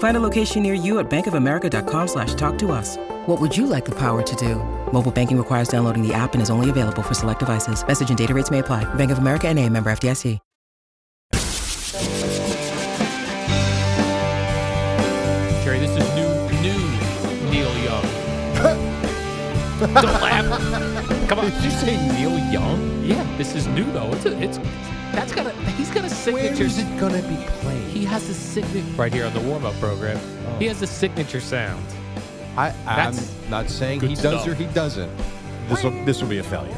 Find a location near you at bankofamerica.com slash talk to us. What would you like the power to do? Mobile banking requires downloading the app and is only available for select devices. Message and data rates may apply. Bank of America and a member FDIC.
Jerry, this is new, new Neil Young. Don't laugh. Come on.
Did you say Neil Young?
Yeah, this is new though. It's a, it's that's got a he's got a signature.
it going to be played?
He has a signature right here on the warm up program.
Oh.
He has a signature sound.
I, I'm
That's
not saying
good
he does
stuff.
or he doesn't. This will, this will be a failure.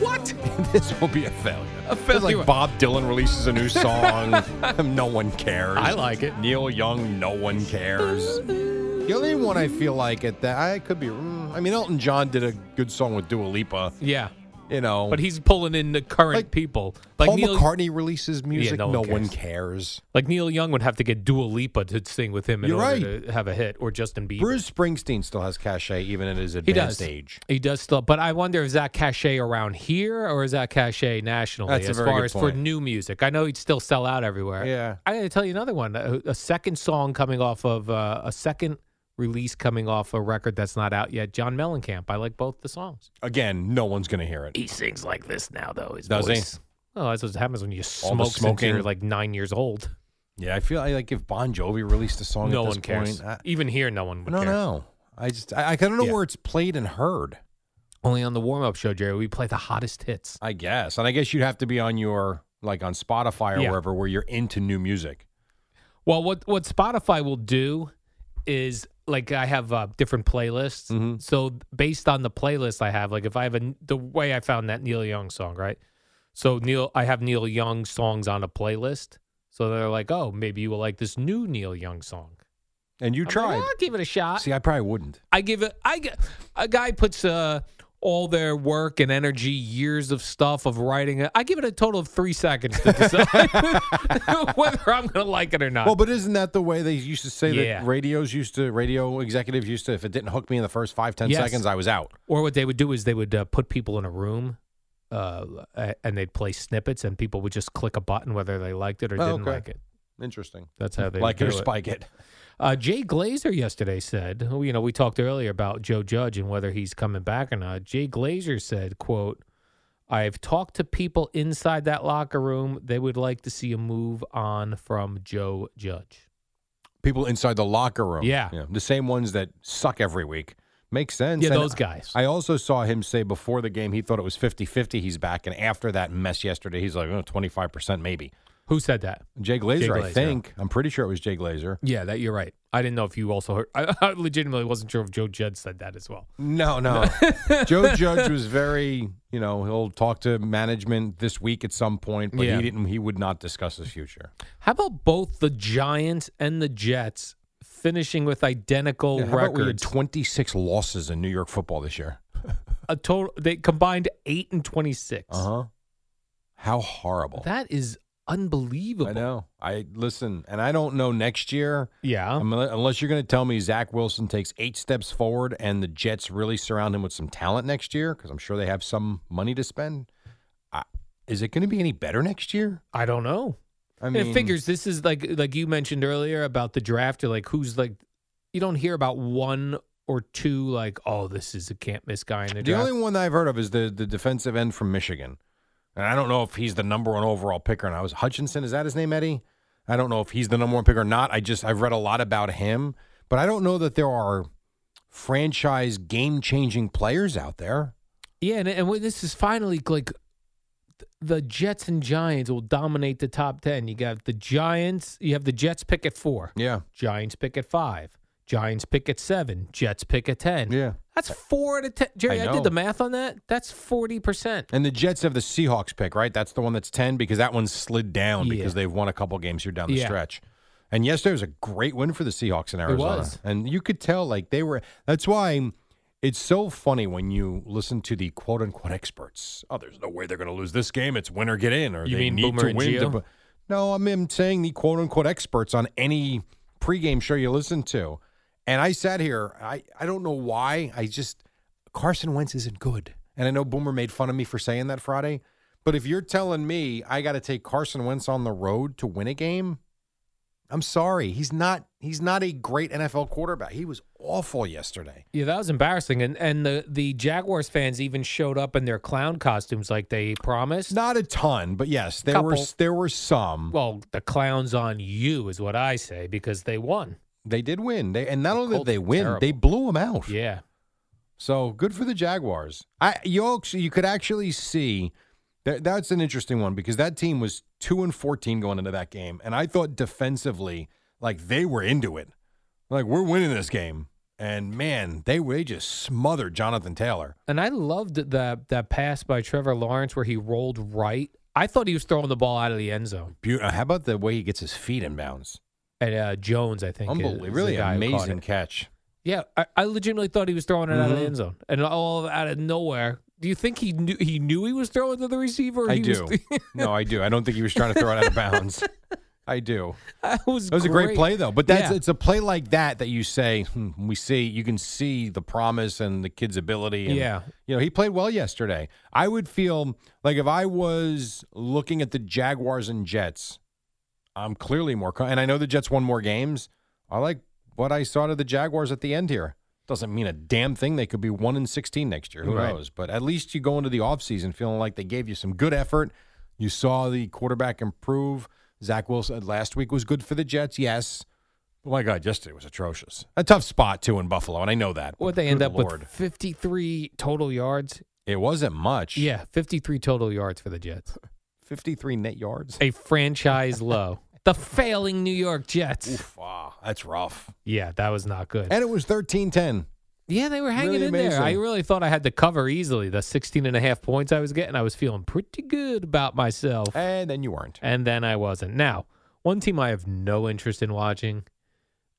What?
this will be a failure.
A
It's
failure.
like Bob Dylan releases a new song, no one cares.
I like it.
Neil Young, no one cares. The only one I feel like at that, I could be. mm, I mean, Elton John did a good song with Dua Lipa,
Yeah,
you know.
but he's pulling in the current
Like,
people. Like
Paul
Neil,
McCartney releases music,
no
no,
one
one cares.
like Neil Young would have to get Dua Lipa to sing with him in
You're
order
right.
to have a hit, or Justin Bieber.
Bruce Springsteen still has cachet even at his
he
advanced
does.
age.
He does still, but I wonder is that cachet around here or is that cachet nationally
That's a
as
very
far
good
as
point.
for new music? I know he'd still sell out everywhere.
Yeah.
I gotta tell you another one. A, a second song coming off of uh, a second release coming off a record that's not out yet. John Mellencamp. I like both the songs.
Again, no one's going to hear it.
He sings like this now though. His
Does he?
voice. Oh, that's what happens when you
All the
smoke since you're
smoking.
like nine years old.
Yeah, I feel like if Bon Jovi released a song,
no
at this
one cares.
Point, I,
Even here, no one
I
would
don't
care.
know. I just I, I don't know
Yeah.
where it's played and heard.
Only on the warm up show, Jerry, we play the hottest hits.
I guess. And I guess you'd have to be on your like on Spotify or
Yeah.
wherever where you're into new music.
Well, what what Spotify will do is like I have uh, different playlists.
Mm-hmm.
So based on the playlist I have, like if I have a the way I found that Neil Young song, right? So Neil, I have Neil Young songs on a playlist. So they're like, oh, maybe you will like this new Neil Young song.
And you
I'm like,
tried.
I'll give it a shot.
See, I probably wouldn't.
I give it. I get a guy puts uh, all their work and energy, years of stuff of writing. it. I give it a total of three seconds to decide whether I'm going to like it or not.
Well, but isn't that the way they used to say
Uh, Yeah.
that radios used to radio executives used to if it didn't hook me in the first five, ten
Yes.
seconds, I was out.
Or what they would do is they would uh, put people in a room, uh, a- and they'd play snippets, and people would just click a button whether they liked it or
Oh,
didn't
okay.
like it.
Interesting.
That's how they
like
would
it or
do it.
spike it.
Uh, Jay Glazer yesterday said, well, you know, we talked earlier about Joe Judge and whether he's coming back or not. Jay Glazer said, "quote I've talked to people inside that locker room. They would like to see a move on from Joe Judge."
People inside the locker room.
Yeah.
The same ones that suck every week. Makes sense.
Yeah,
And
those guys.
I also saw him say before the game he thought it was 50-50 he's back and after that mess yesterday he's like oh, 25% maybe.
Who said that?
Jay Glazer, I
Glazer.
think. I'm pretty sure it was Jay Glazer.
Yeah, that you're right. I didn't know if you also heard. I, I legitimately wasn't sure if Joe Judge said that as well.
No, no. Joe Judge was very, you know, he'll talk to management this week at some point, but
Yeah.
he didn't. He would not discuss his future.
How about both the Giants and the Jets finishing with identical
Yeah, how about we had
records?
26 losses in New York football this year.
a total they combined 8 and 26.
huh. How horrible!
That is unbelievable.
Uh-huh. I know. I listen, and I don't know next year.
Yeah.
Um, unle- Unless you're going to tell me Zach Wilson takes eight steps forward and the Jets really surround him with some talent next year, because I'm sure they have some money to spend. I, is it going to be any better next year?
I don't know.
I
And
mean,
it figures this is like like you mentioned earlier about the draft. You're like, who's like, you don't hear about one or two like, oh, this is a can't miss guy in the,
The
draft.
only one that I've heard of is the the defensive end from Michigan, and I don't know if he's the number one overall picker. And I was Hutchinson. Is that his name, Eddie? I don't know if he's the number one pick or not. I just I've read a lot about him, but I don't know that there are franchise game changing players out there.
yeah, and, and when this is finally like, th- the Jets and Giants will dominate the top ten. You got the Giants. You have the Jets pick at four.
Yeah,
Giants pick at five. Giants pick at seven. Jets pick at ten.
yeah.
That's four out of ten. Jerry,
I
I,
know.
did the math on that. That's forty percent.
And the Jets have the Seahawks pick, right? That's the one that's ten because that one slid down because
Yeah.
they've won a couple games here down the
Yeah.
stretch. And yesterday was a great win for the Seahawks in Arizona.
was.
And you could tell like they were that's why it's so funny when you listen to the quote unquote experts. Oh, there's no way they're gonna lose this game. It's win or get in or
You
they
mean
need
Boomer
to
and
win.
Gio?
To, no, I mean, I'm saying the quote unquote experts on any pregame show you listen to. And I sat here, I, I don't know why. I just Carson Wentz isn't good. And I know Boomer made fun of me for saying that Friday. But if you're telling me I gotta take Carson Wentz on the road to win a game, I'm sorry. He's not he's not a great NFL quarterback. He was awful yesterday.
Yeah, that was embarrassing. And and the the Jaguars fans even showed up in their clown costumes, like they promised.
Not a ton, but yes, there were
Couple.
there were some.
Well, the clowns on you is what I say because they won.
they did win. They and not
The
only did
Colts
they
were
win, they
terrible.
blew him out.
Yeah,
So good for the Jaguars. I you also, you could actually see that that's an interesting one because that team was two and fourteen going into that game, and I thought defensively like they were into it, like we're winning this game, and man, they they just smothered Jonathan Taylor.
and I loved that that pass by Trevor Lawrence where he rolled right. I thought he was throwing the ball out of the end zone.
Beau- uh, How about the way he gets his feet in bounds?
And uh, Jones, I think, is-
Unbelievable,
is the
really
guy who caught
amazing
it.
catch.
Yeah, I, I legitimately thought he was throwing it out of the
Mhm.
end zone, and all out of nowhere. Do you think he knew he knew he was throwing to the receiver?
I
He was-
do. no, I do. I don't think he was trying to throw it out of bounds. I do.
I was
That was a great play, though. But that's
Yeah.
it's a play like that that you say hmm, we see you can see the promise and the kid's ability. And,
Yeah.
you know he played well yesterday. I would feel like if I was looking at the Jaguars and Jets, I'm clearly more. co- And I know the Jets won more games. I like what I saw to the Jaguars at the end here. Doesn't mean a damn thing. They could be one in sixteen next year. Who
Right.
knows? But at least you go into the offseason feeling like they gave you some good effort. You saw the quarterback improve. Zach Wilson uh, last week was good for the Jets. Yes. Oh my God, yesterday was atrocious. A tough spot too in Buffalo, and I know that.
What
but
they end
good
up
Lord.
with 53 total yards.
It wasn't much.
Yeah, 53 total yards for the Jets.
fifty-three net yards.
A franchise low. The failing New York Jets.
Oof, ah, that's rough.
Yeah, that was not good.
And it was 13-10.
yeah, they were hanging
really
in there. I
amazing.
really thought I had to cover easily the 16 and a half points I was getting. I was feeling pretty good about myself.
and then you weren't.
And then I wasn't. Now, one team I have no interest in watching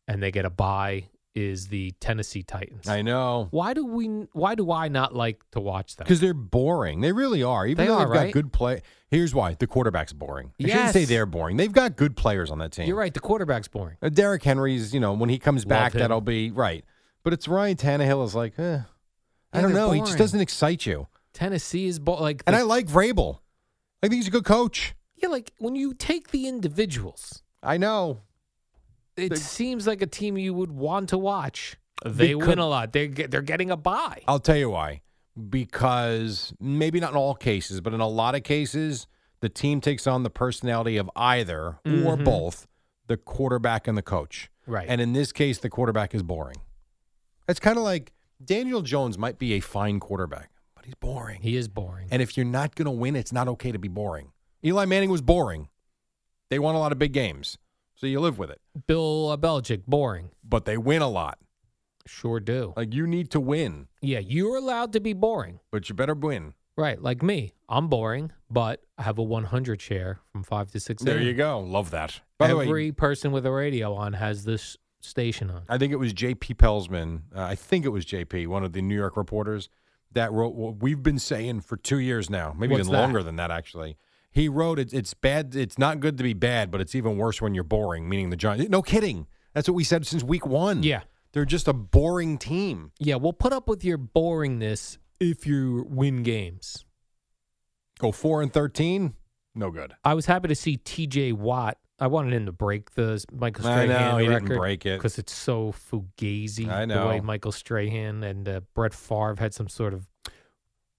and they get a bye is the Tennessee Titans.
I know.
why do we why do I not like to watch them?
Because they're boring. They really are. Even
They
though
are,
they've got
right?
good play. Here's why the quarterback's boring. I shouldn't say
Yes.
they're boring. They've got good players on that team.
You're right, the quarterback's boring.
Uh, Derrick Henry's, you know, when he comes
Love
back,
him.
that'll be right. But it's Ryan Tannehill is like, eh, I
Yeah,
don't
they're
know. He just
boring.
doesn't excite you.
Tennessee is bo- like
And
the-
I like Vrabel. I think he's a good coach.
Yeah, like when you take the individuals,
I know.
it
They-
seems like a team you would want to watch. They
could- Oh.
win a lot. They're get- they're getting a bye.
I'll tell you why. Because maybe not in all cases, but in a lot of cases, the team takes on the personality of either or
Mhm.
both the quarterback and the coach.
Right.
And in this case, the quarterback is boring. It's kind of like Daniel Jones might be a fine quarterback, but he's boring.
He is boring.
And if you're not going to win, it's not okay to be boring. Eli Manning was boring. They won a lot of big games, so you live with it.
Bill Belichick, boring.
But they win a lot.
Sure do.
Like you need to win,
Yeah, you're allowed to be boring.
but you better win.
Right, like me. I'm boring, but I have a 100 share from 5 to 6
There
a.m.
you go. Love that. By
Every
the way,
person with a radio on has this station on.
I think it was J.P. Pelsman. Uh, I think it was J.P., one of the New York reporters, that wrote what we've been saying for two years now, maybe
What's
even
that?
longer than that, actually. He wrote, it, it's bad. It's not good to be bad, but it's even worse when you're boring, meaning the Giants. No kidding. That's what we said since week one.
Yeah.
They're just a boring team.
Yeah, we'll put up with your boringness if you win games.
Go four and thirteen. No good.
I was happy to see T.J. Watt. I wanted him to break the Michael
I
Strahan
know, he didn't
record
break it.
because it's so fugazi.
I
the way
know.
Michael Strahan and uh, Brett Favre had some sort of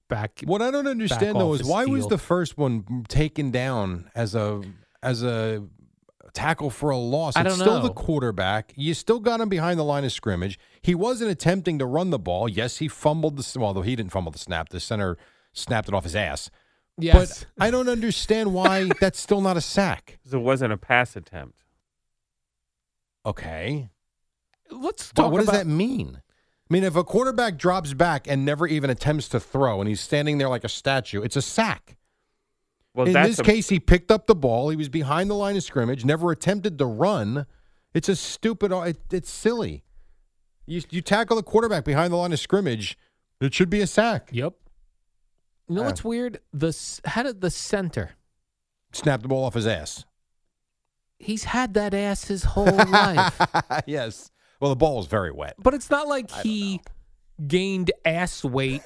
back.
What I don't understand though
off
is
the
why was
steal.
the first one taken down as a as a tackle for a loss?
I
it's
don't
still the
know.
quarterback. You still got him behind the line of scrimmage. He wasn't attempting to run the ball. Yes, he fumbled the s- well, though he didn't fumble the snap. The center snapped it off his ass.
Yes,
But I don't understand why that's still not a sack.
Because it wasn't a pass attempt.
Okay.
let's
Well,
talk
what
about
does that mean? I mean, if a quarterback drops back and never even attempts to throw and he's standing there like a statue, it's a sack.
Well,
In
that's
this
a-
case, he picked up the ball. He was behind the line of scrimmage, never attempted to run. It's a stupid, uh, it, it's silly. You, you tackle the quarterback behind the line of scrimmage, it should be a sack.
Yep. You know
Yeah.
what's weird? The s- how did the center?
Snap the ball off his ass.
He's had that ass his whole life,
yes. Well, the ball was very wet.
but it's not like he gained ass weight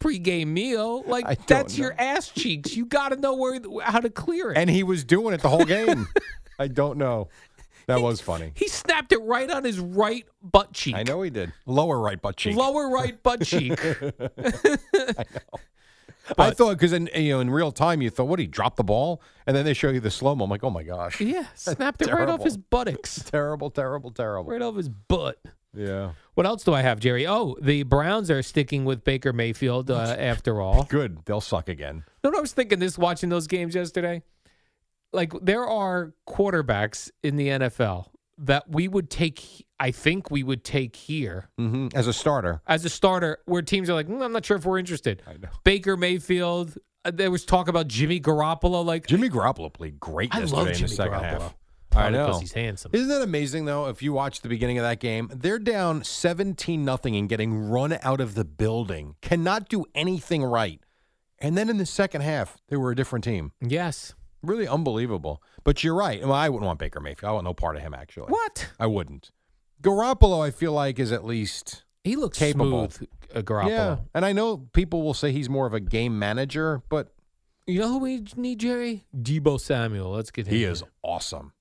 pre-game meal.
I
Like
don't
that's your
know.
ass cheeks. You got to know where how to clear it.
And he was doing it the whole game. I don't know. That was funny.
he snapped it right on his right butt cheek.
I know he did. Lower right butt cheek.
Lower right butt cheek.
I thought because in you know in real time you thought what he dropped the ball and then they show you the slow mo. I'm like oh my gosh,
yeah, snapped it right off
Terrible.
his buttocks,
terrible, terrible, terrible.
right off his butt.
Yeah,
What else do I have, Jerry? Oh, the Browns are sticking with Baker Mayfield uh, after all.
good. They'll suck again.
You know what I was thinking this watching those games yesterday? Like there are quarterbacks in the NFL that we would take I think we would take here
hmm As a starter,
as a starter where teams are like, "Mm, I'm not sure if we're interested. I know. Baker Mayfield, uh, there was talk about Jimmy Garoppolo like
Jimmy Garoppolo played great
I
yesterday
love
in
Jimmy
the second
Garoppolo.
half. I
Probably
know.
because he's handsome.
Isn't that amazing though? If you watch the beginning of that game, they're down 17 nothing and getting run out of the building. Cannot do anything right. And then in the second half, they were a different team.
yes.
Really unbelievable. But you're right. Well, I wouldn't want Baker Mayfield. I want no part of him actually.
What?
I wouldn't. Garoppolo, I feel like, is at least
He looks
Capable.
smooth, uh, Garoppolo.
yeah. And I know people will say he's more of a game manager, but
You know who we need, Jerry? Debo Samuel. Let's get him.
he
in.
is awesome,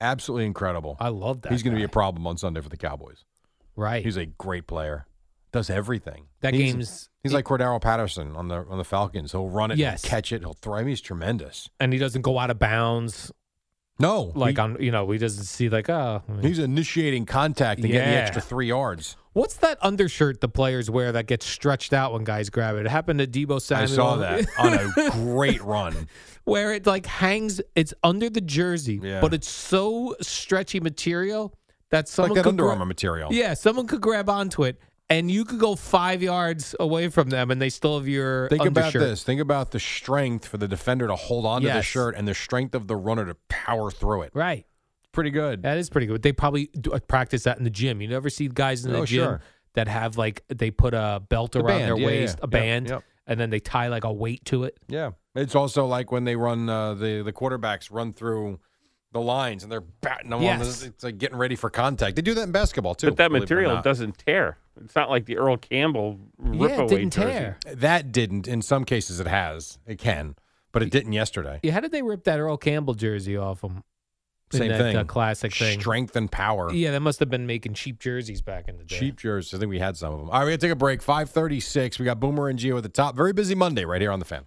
absolutely incredible.
I love that.
he's going to be a
guy.
problem on Sunday for the Cowboys.
right.
He's a great player, does everything.
that
He's-
game's
He's like Cordero Patterson on the on the Falcons. He'll run it, he'll
Yes.
catch it, he'll throw. I mean, he's tremendous.
and he doesn't go out of bounds.
No,
like
he-
on you know he doesn't see like oh I mean-
he's initiating contact and getting the
Yeah.
extra three yards.
what's that undershirt the players wear that gets stretched out when guys grab it it happened to Debo
I
Samuel
saw that on a great run.
where it like hangs it's under the jersey
Yeah.
but it's so stretchy material that
Like
someone
that
could
Under
gra-
Armour material.
yeah someone could grab onto it and you could go five yards away from them and they still have your
Think about
undershirt.
this. Think about the strength for the defender to hold onto the
Yes.
shirt and the strength of the runner to power through it.
right
Pretty good.
That is pretty good. They probably do, uh, practice that in the gym. You never see guys in the
Oh,
gym
sure.
that have like they put a belt
The
around
band,
their
yeah,
waist,
yeah.
a
Yep,
band,
yep.
and then they tie like a weight to it.
Yeah. It's also like when they run uh, the the quarterbacks run through the lines and they're batting them
Yes.
on the, it's like getting ready for contact. They do that in basketball too.
but that
believe it or
material
not.
doesn't tear. It's not like the Earl Campbell rip
yeah, it didn't tear.
that didn't in some cases it has. It can. But it didn't yesterday.
Yeah, how did they rip that Earl Campbell jersey off him? in
Same
that,
thing.
uh, classic thing.
Strength and power.
Yeah, they must have been making cheap jerseys back in the day.
Cheap jerseys. I think we had some of them. All right, we're gonna take a break. Five thirty-six. We got Boomer and Geo at the top. Very busy Monday right here on the fan.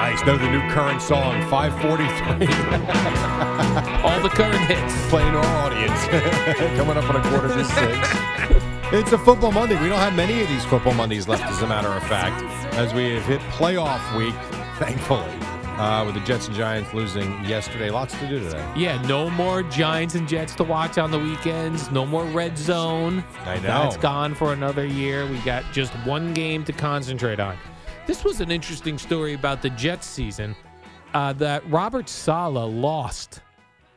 Nice. Know the new current song, 543,
All the current hits.
playing to our audience. Coming up on a quarter to six. It's a football Monday. We don't have many of these football Mondays left, as a matter of fact, as we have hit playoff week, thankfully. uh, with the Jets and Giants losing yesterday. Lots to do today.
Yeah, no more Giants and Jets to watch on the weekends. No more red zone.
I know.
That's gone for another year. We got just one game to concentrate on. This was an interesting story about the Jets season. Uh, that Robert Sala lost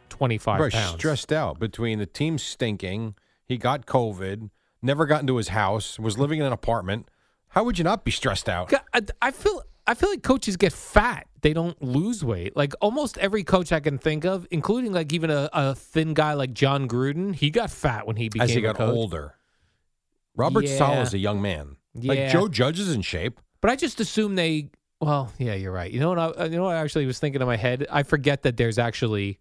25
Very
pounds.
stressed out between the team stinking. He got COVID. Never got into his house. Was living in an apartment. How would you not be stressed out?
God, I, I feel I feel like coaches get fat. They don't lose weight. Like almost every coach I can think of, including like even a, a thin guy like John Gruden, he got fat when he became
As he
a
got
coach.
older, Robert
Yeah.
Sala is a young man. Like
Yeah.
Joe Judge is in shape.
But I just assume they. Well, yeah, you're right. You know what? I, uh, you know what I actually was thinking in my head. I forget that there's actually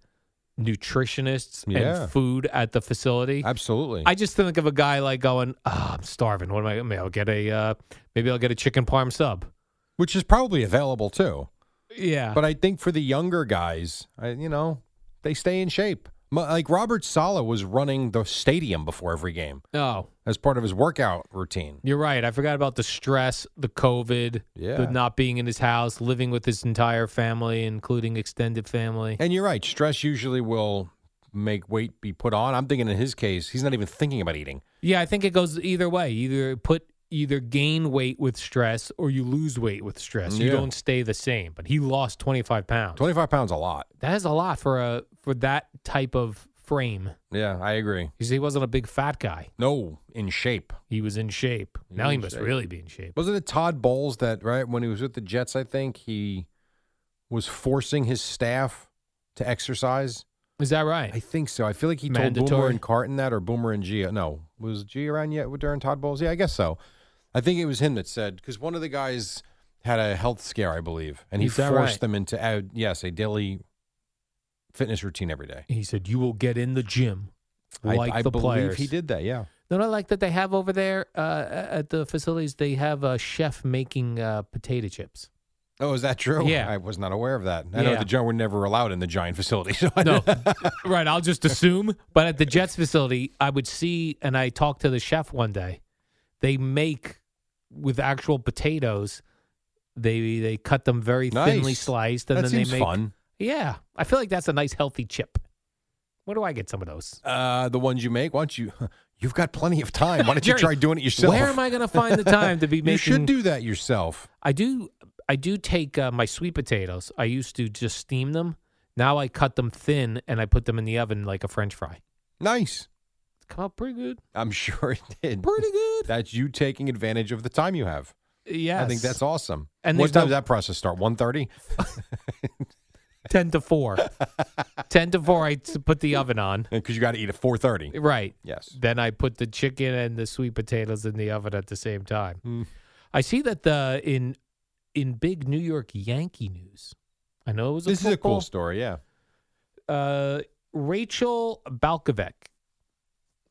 nutritionists
Yeah.
and food at the facility.
Absolutely.
I just think of a guy like going, oh, I'm starving. What am I? Maybe I'll get a uh, maybe I'll get a chicken parm sub.
Which is probably available too.
Yeah,
But I think for the younger guys, I, you know, they stay in shape. Mu- Like Robert Sala was running the stadium before every game
no,
as part of his workout routine.
you're right. I forgot about the stress, the COVID,
Yeah.
the not being in his house, living with his entire family, including extended family.
And you're right, stress usually will make weight be put on. I'm thinking in his case, he's not even thinking about eating.
Yeah, I think it goes either way. Either put either gain weight with stress or you lose weight with stress. You
Yeah.
don't stay the same. But he lost 25 pounds.
25 pounds a lot.
That is a lot for a for that type of frame.
Yeah, I agree.
You see, he wasn't a big fat guy.
No, in shape.
He was in shape.
He
now
was
he
in
must
shape.
really be in shape.
Wasn't it Todd Bowles that right when he was with the Jets? I think he was forcing his staff to exercise.
Is that right?
I think so. I feel like he told Boomer
Mandatory.
and Carton that, or Boomer and Gia. No, was Gia around yet during Todd Bowles? Yeah, I guess so. I think it was him that said because one of the guys had a health scare, I believe, and he
Is that
forced
right?
them into uh, yes a daily fitness routine every day.
he said, "You will get in the gym
I-
like
I,
the
believe
players."
he did that. Yeah,
Don't I like that they have over there uh, at the facilities? They have a chef making uh, potato chips.
Oh, is that true?
Yeah.
I was not aware of that. I know
Yeah.
the Giants were never allowed in the Giant facility. So I
No, right. I'll just assume. But at the Jets facility, I would see, and I talked to the chef one day. They make with actual potatoes. They they cut them very thinly
Nice.
sliced, and
that
then
seems
they make.
fun.
Yeah, I feel like that's a nice healthy chip. Where do I get some of those?
Uh, the ones you make, why don't you? You've got plenty of time. Why don't you
Jerry,
try doing it yourself?
Where am I going to find the time to be making?
You should do that yourself.
I do. I do take uh, my sweet potatoes. I used to just steam them. Now I cut them thin and I put them in the oven like a French fry.
Nice.
It's come out pretty good.
I'm sure it did.
Pretty good.
That's you taking advantage of the time you have.
Yeah,
I think that's awesome.
And
what
there's
time
no-
does that process start? 1.30?
10 to 4. 10 to 4, I s- put the oven on.
Because Uh, you got to eat at 4.30.
Right.
Yes.
Then I put the chicken and the sweet potatoes in the oven at the same time. I see that the in in big New York Yankee news. I know it was a
This is a
football-
cool story, yeah.
Uh, Rachel Balkovec.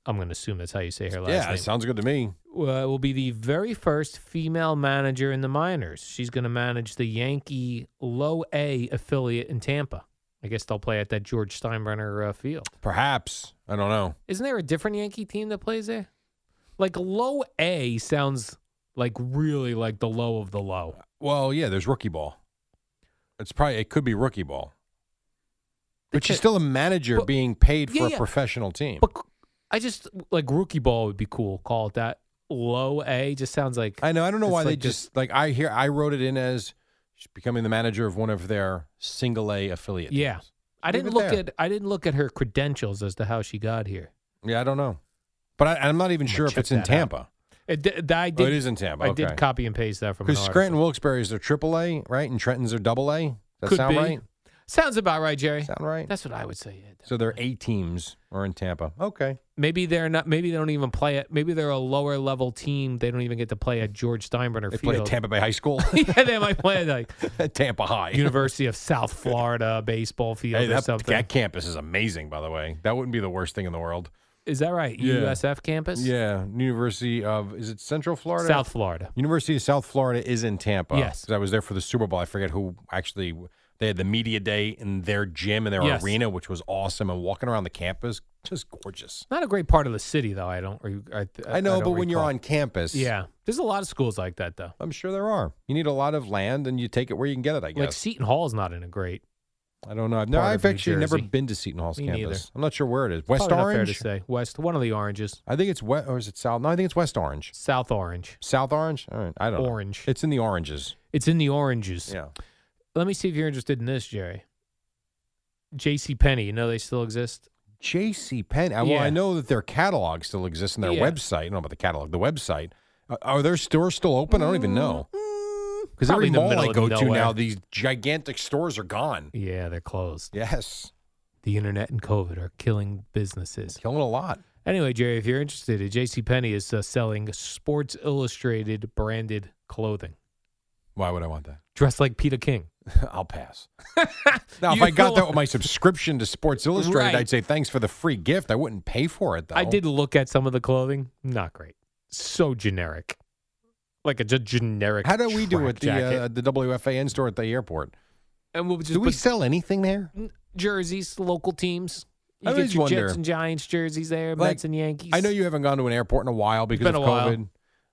I'm going to assume that's how you say her last
yeah,
name.
sounds good to me.
uh, will be the very first female manager in the minors. She's going to manage the Yankee Low A affiliate in Tampa. I guess they'll play at that George Steinbrenner uh, field.
Perhaps. I don't know.
Isn't there a different Yankee team that plays there? Like Low A sounds like really like the low of the low.
Well, yeah, there's rookie ball. It's probably it could be rookie ball. But
They
she's
could-
still a manager
But-
being paid for
Yeah,
a
yeah.
professional team.
But I just like rookie ball would be cool. Call it that. Low A just sounds like
I know. I don't know
it's
why they
like this-
just like I hear I wrote it in as she's becoming the manager of one of their single A affiliate.
Yeah.
teams.
I
Leave
didn't
it
look
there.
at I didn't look at her credentials as to how she got here.
Yeah, I don't know, but I, I'm not even
gonna
sure if
check
it's in
that out.
Tampa
It, d- I
Oh,
did,
it is in Tampa,
I
okay.
did copy and paste that from an
because
article.
Scranton Wilkes-Barre is their triple A, right? And Trenton's their double A. That
Could
sound
be.
right?
Sounds about right, Jerry.
Sound right?
That's what I would say. Yeah.
so their A teams are in Tampa. Okay,
Maybe they're not. Maybe they don't even play it. Maybe they're a lower level team. They don't even get to play at George Steinbrenner
they play
Field.
at Tampa Bay High School,
yeah, they might play at like
Tampa High.
University of South Florida baseball field
Hey,
or
that,
something.
that campus is amazing, by the way. That wouldn't be the worst thing in the world.
Is that right?
Yeah.
USF campus.
Yeah, University of is it Central Florida?
South Florida.
University of South Florida is in Tampa.
Yes.
'Cause I was there for the Super Bowl. I forget who actually. I They had the media day in their gym and their
Yes.
arena, which was awesome. And walking around the campus, just gorgeous.
Not a great part of the city, though. I don't. re- I,
I know,
don't
but when you're
recall.
on campus,
yeah, there's a lot of schools like that, though.
I'm sure there are. You need a lot of land, and you take it where you can get it. I guess.
Like Seton Hall's not in a great.
I don't know. I've, no,
part
I've
of New
actually never
Jersey.
been to Seton Hall's
Me
campus.
neither.
I'm not sure where it is. West
Probably not
Orange.
fair to say West, one of the oranges,
I think it's West, or is it South? No, I think it's West Orange.
South Orange,
South Orange. All right, I don't. know.
orange.
It's in the oranges.
It's in the oranges.
Yeah.
Let me see if you're interested in this, Jerry. J.C. Penney, you know they still exist.
J.C. Penn. uh, Well,
Yeah.
I know that their catalog still exists and their
Yeah.
website. I don't know about the catalog. The website. Uh, are their stores still open? I don't even know. Because
Mm, Probably
every
in the
mall
middle
I
of
go to now,
nowhere.
these gigantic stores are gone.
Yeah, they're closed.
Yes,
The internet and COVID are killing businesses.
killing a lot.
Anyway, Jerry, if you're interested, J.C. Penney is uh, selling Sports Illustrated branded clothing,
Why would I want that?
dressed like Peter King.
I'll pass. now, if
You
I got
know-
that with my subscription to Sports Illustrated,
Right.
I'd say thanks for the free gift. I wouldn't pay for it though.
I did look at some of the clothing. Not great. So generic. Like a just generic.
How do we do
track
at the
jacket.
uh, the WFAN store at the airport?
and we'll just
Do we
put
sell anything there?
jerseys, local teams. You
I
get
always
your
wonder-
Jets and Giants jerseys there,
Like,
Mets and Yankees.
I know you haven't gone to an airport in a while because
been
of
a while.
COVID.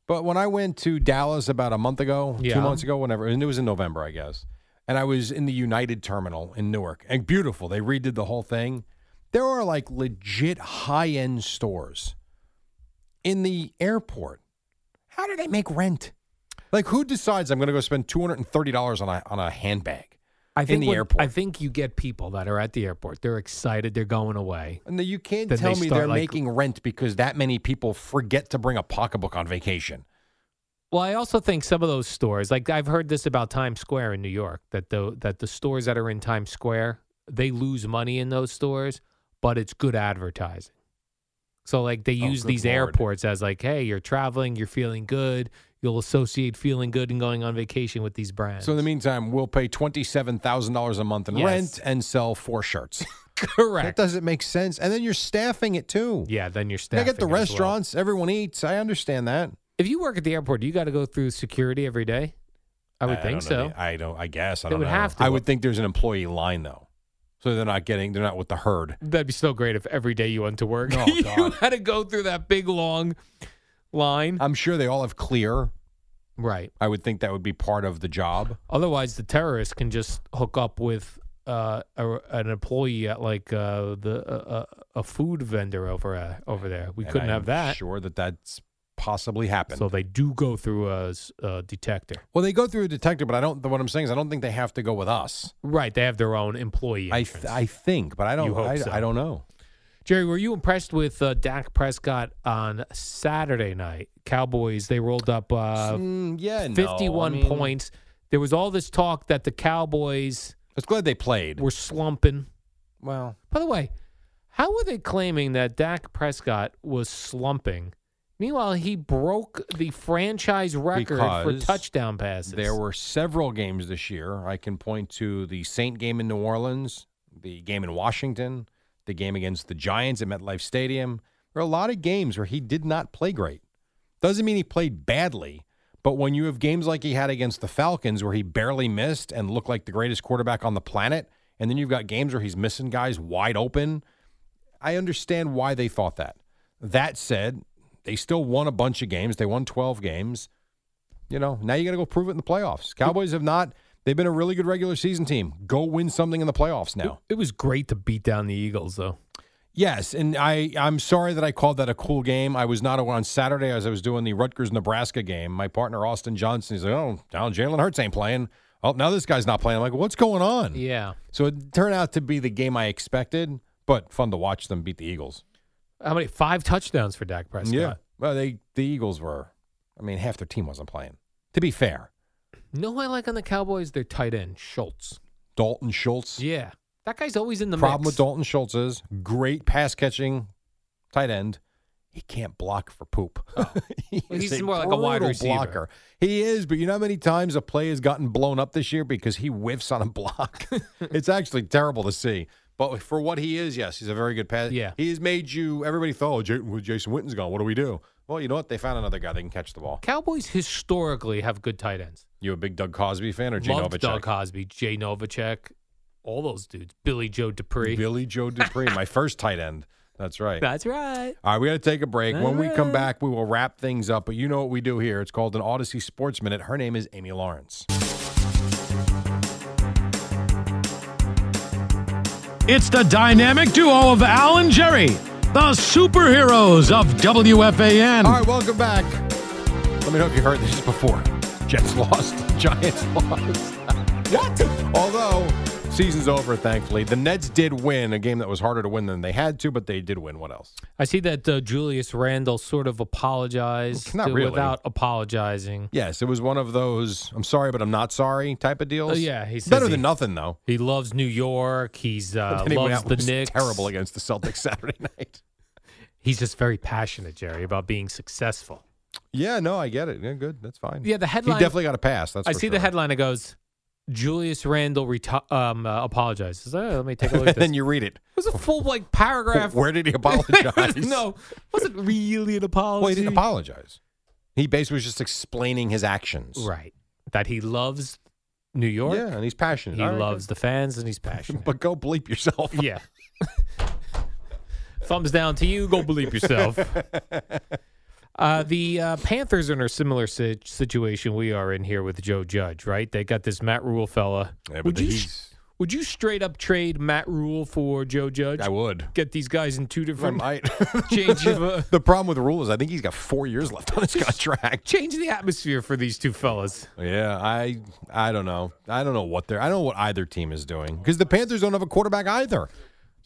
But when I went to Dallas about a month ago,
Yeah.
two months ago, whenever, and it was in November, I guess, and I was in the United Terminal in Newark, and beautiful. They redid the whole thing. There are like legit high end stores in the airport. How do they make rent? Like, who decides I'm going to go spend two hundred and thirty dollars on a on a handbag?
I think
the
when-
airport.
I think you get people that are at the airport. They're excited. They're going away.
And you can't
Then
tell
they
me
start,
they're
like-
making rent because that many people forget to bring a pocketbook on vacation.
Well, I also think some of those stores, like I've heard this about Times Square in New York, that the that the stores that are in Times Square, they lose money in those stores, but it's good advertising. So like they
Oh,
use
good
these
Lord.
airports as like, hey, you're traveling, you're feeling good, you'll associate feeling good and going on vacation with these brands.
So in the meantime, we'll pay twenty seven thousand dollars a month in
Yes.
rent and sell four shirts. that
correct.
doesn't make sense. And then you're staffing it too.
Yeah, then you're
I
staffing.
get the
as well.
restaurants. Everyone eats. I understand that.
If you work at the airport, you got to go through security every day. I would think
don't know
so.
the- I don't. I guess
They
I don't
would
know.
have to.
I would think there's an employee line though, so they're not getting. They're not with the herd.
That'd be so great if every day you went to work,
Oh,
you
God.
had to go through that big long line.
I'm sure they all have clear.
Right.
I would think that would be part of the job.
Otherwise, the terrorists can just hook up with uh, a, an employee at like uh, the uh, a food vendor over uh, over there. We
And
couldn't
I'm
have that,
Sure that that's possibly happened.
so they do go through a, s- a detector.
well, they go through a detector, but I don't. What I'm saying is, I don't think they have to go with us.
Right. They have their own employee.
I
entrance.
th- I think, but I don't.
You hope
I,
so.
I don't know.
Jerry, were you impressed with uh, Dak Prescott on Saturday night? Cowboys. They rolled up. Uh,
Mm, yeah, no, I
51
mean-
points. There was all this talk that the Cowboys
It's glad they played.
were slumping.
well,
By the way, how were they claiming that Dak Prescott was slumping? Meanwhile, he broke the franchise record
Because
for touchdown passes.
there were several games this year. I can point to the Saint game in New Orleans, the game in Washington, the game against the Giants at MetLife Stadium. There are a lot of games where he did not play great. Doesn't mean he played badly, but when you have games like he had against the Falcons where he barely missed and looked like the greatest quarterback on the planet, and then you've got games where he's missing guys wide open, I understand why they thought that. That said, they still won a bunch of games. They won 12 games. You know, now you got to go prove it in the playoffs. Cowboys have not. They've been a really good regular season team. Go win something in the playoffs
It-
now.
It, was great to beat down the Eagles, though.
Yes, and I I'm sorry that I called that a cool game. I was not on Saturday as I was doing the Rutgers Nebraska game. My partner Austin Johnson, he's like, oh, now Jalen Hurts ain't playing. Oh, now this guy's not playing. I'm like, what's going on?
Yeah.
So it turned out to be the game I expected, but fun to watch them beat the Eagles.
How many? Five touchdowns for Dak Prescott.
Yeah. Well, they the Eagles were. I mean, half their team wasn't playing. To be fair,
You know who I like on the Cowboys? Their tight end, Schultz.
Dalton Schultz.
Yeah. That guy's always in the
problem
mix.
with Dalton Schultz is great pass catching tight end. He can't block for poop. He
Oh. Well,
is
he's more like a wide
brutal
receiver.
blocker. He is, but you know how many times a play has gotten blown up this year because he whiffs on a block. it's actually terrible to see. But for what he is, yes, he's a very good pass.
Yeah.
he's made you everybody thought, oh, J- well, Jason Witten's gone. What do we do? Well, you know what? They found another guy that can catch the ball.
Cowboys historically have good tight ends.
You a big Doug Cosby fan or Gene
Loved
Novacek?
Doug Cosby, Jay Novacek. all those dudes. Billy Joe Dupree.
Billy Joe Dupree, my first tight end. That's right.
That's right.
All right, we got to take a break.
All
when we come
right.
back, we will wrap things up. But you know what we do here. It's called an Odyssey Sports Minute. Her name is Amy Lawrence.
It's the dynamic duo of Al and Jerry, the superheroes of WFAN.
All right, welcome back. Let me know if you heard this before. Jets lost, Giants lost. what? Although season's over, thankfully, the Nets did win a game that was harder to win than they had to, but they did win. What else?
I see that uh, Julius Randle sort of apologized
Not
uh,
really.
without apologizing.
Yes, it was one of those "I'm sorry, but I'm not sorry" type of deals.
Oh, yeah, he says
better
he-
than nothing though.
He loves New York. He's uh,
Then he went
loves
out
the
and was
Knicks.
Terrible against the Celtics Saturday night.
He's just very passionate, Jerry, about being successful.
Yeah, no, I get it. Yeah, good. That's fine.
Yeah, the headline-
He definitely got a pass. That's
I
for
see
sure.
the headline that goes, Julius Randle reti- um, uh, apologizes. Oh, let me take a look at this.
then you read it.
it was a full like paragraph.
Where did he apologize?
no, wasn't really an apology.
Well, he didn't apologize. He basically was just explaining his actions.
Right. That he loves New York.
Yeah, and he's passionate.
He
All right,
loves the fans and he's passionate.
good. But go bleep yourself.
yeah. Thumbs down to you. Go believe yourself. Uh, the uh, Panthers are in a similar si- situation we are in here with Joe Judge, right? They got this Matt Rule fella.
Yeah, but
would, you,
he's-
would you straight up trade Matt Rule for Joe Judge?
I would.
Get these guys in two
I
different.
might.
Change of, uh,
the problem with the rule is I think he's got four years left on his contract.
Change the atmosphere for these two fellas.
yeah, I I don't know. I don't know what they're. I don't know what either team is doing because the Panthers don't have a quarterback either.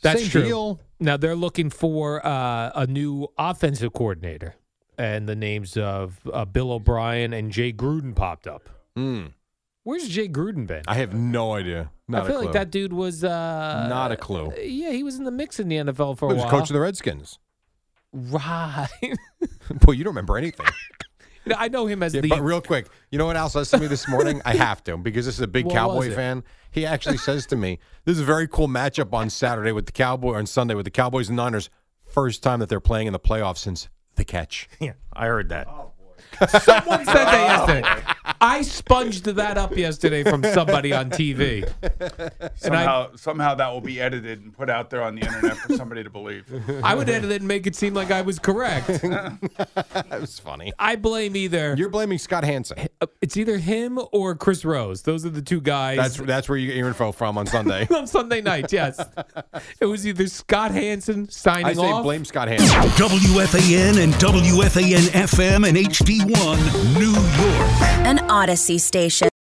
That's
Same
true.
deal.
Now they're looking for uh, a new offensive coordinator, and the names of uh, Bill O'Brien and Jay Gruden popped up.
Mm,
Where's Jay Gruden been?
I have no idea. Not
I
a
feel
clue.
like that dude was uh,
Not a clue.
Yeah, he was in the mix in the NFL for
He
a
was
while.
coach of the Redskins.
right.
Boy, you don't remember anything.
No, I know him as
Yeah,
the.
but real quick, you know what else I saw me this morning? I have to because this is a big
What was
Cowboy
it?
fan. He actually says to me, "This is a very cool matchup on Saturday with the Cowboy on Sunday with the Cowboys and Niners. First time that they're playing in the playoffs since the catch."
yeah, I heard that. Someone said that yesterday. I sponged that up yesterday from somebody on TV. And I,
Somehow, somehow that will be edited and put out there on the internet for somebody to believe.
I would edit it and make it seem like I was correct.
That was funny.
I blame either.
You're blaming Scott Hansen.
Uh, It's either him or Chris Rose. Those are the two guys.
That's that's where you get your info from on Sunday.
on Sunday night, yes. it was either Scott Hansen signing
I say
off.
blame Scott Hansen.
WFAN and WFAN FM and HD1 New York.
An Odyssey station.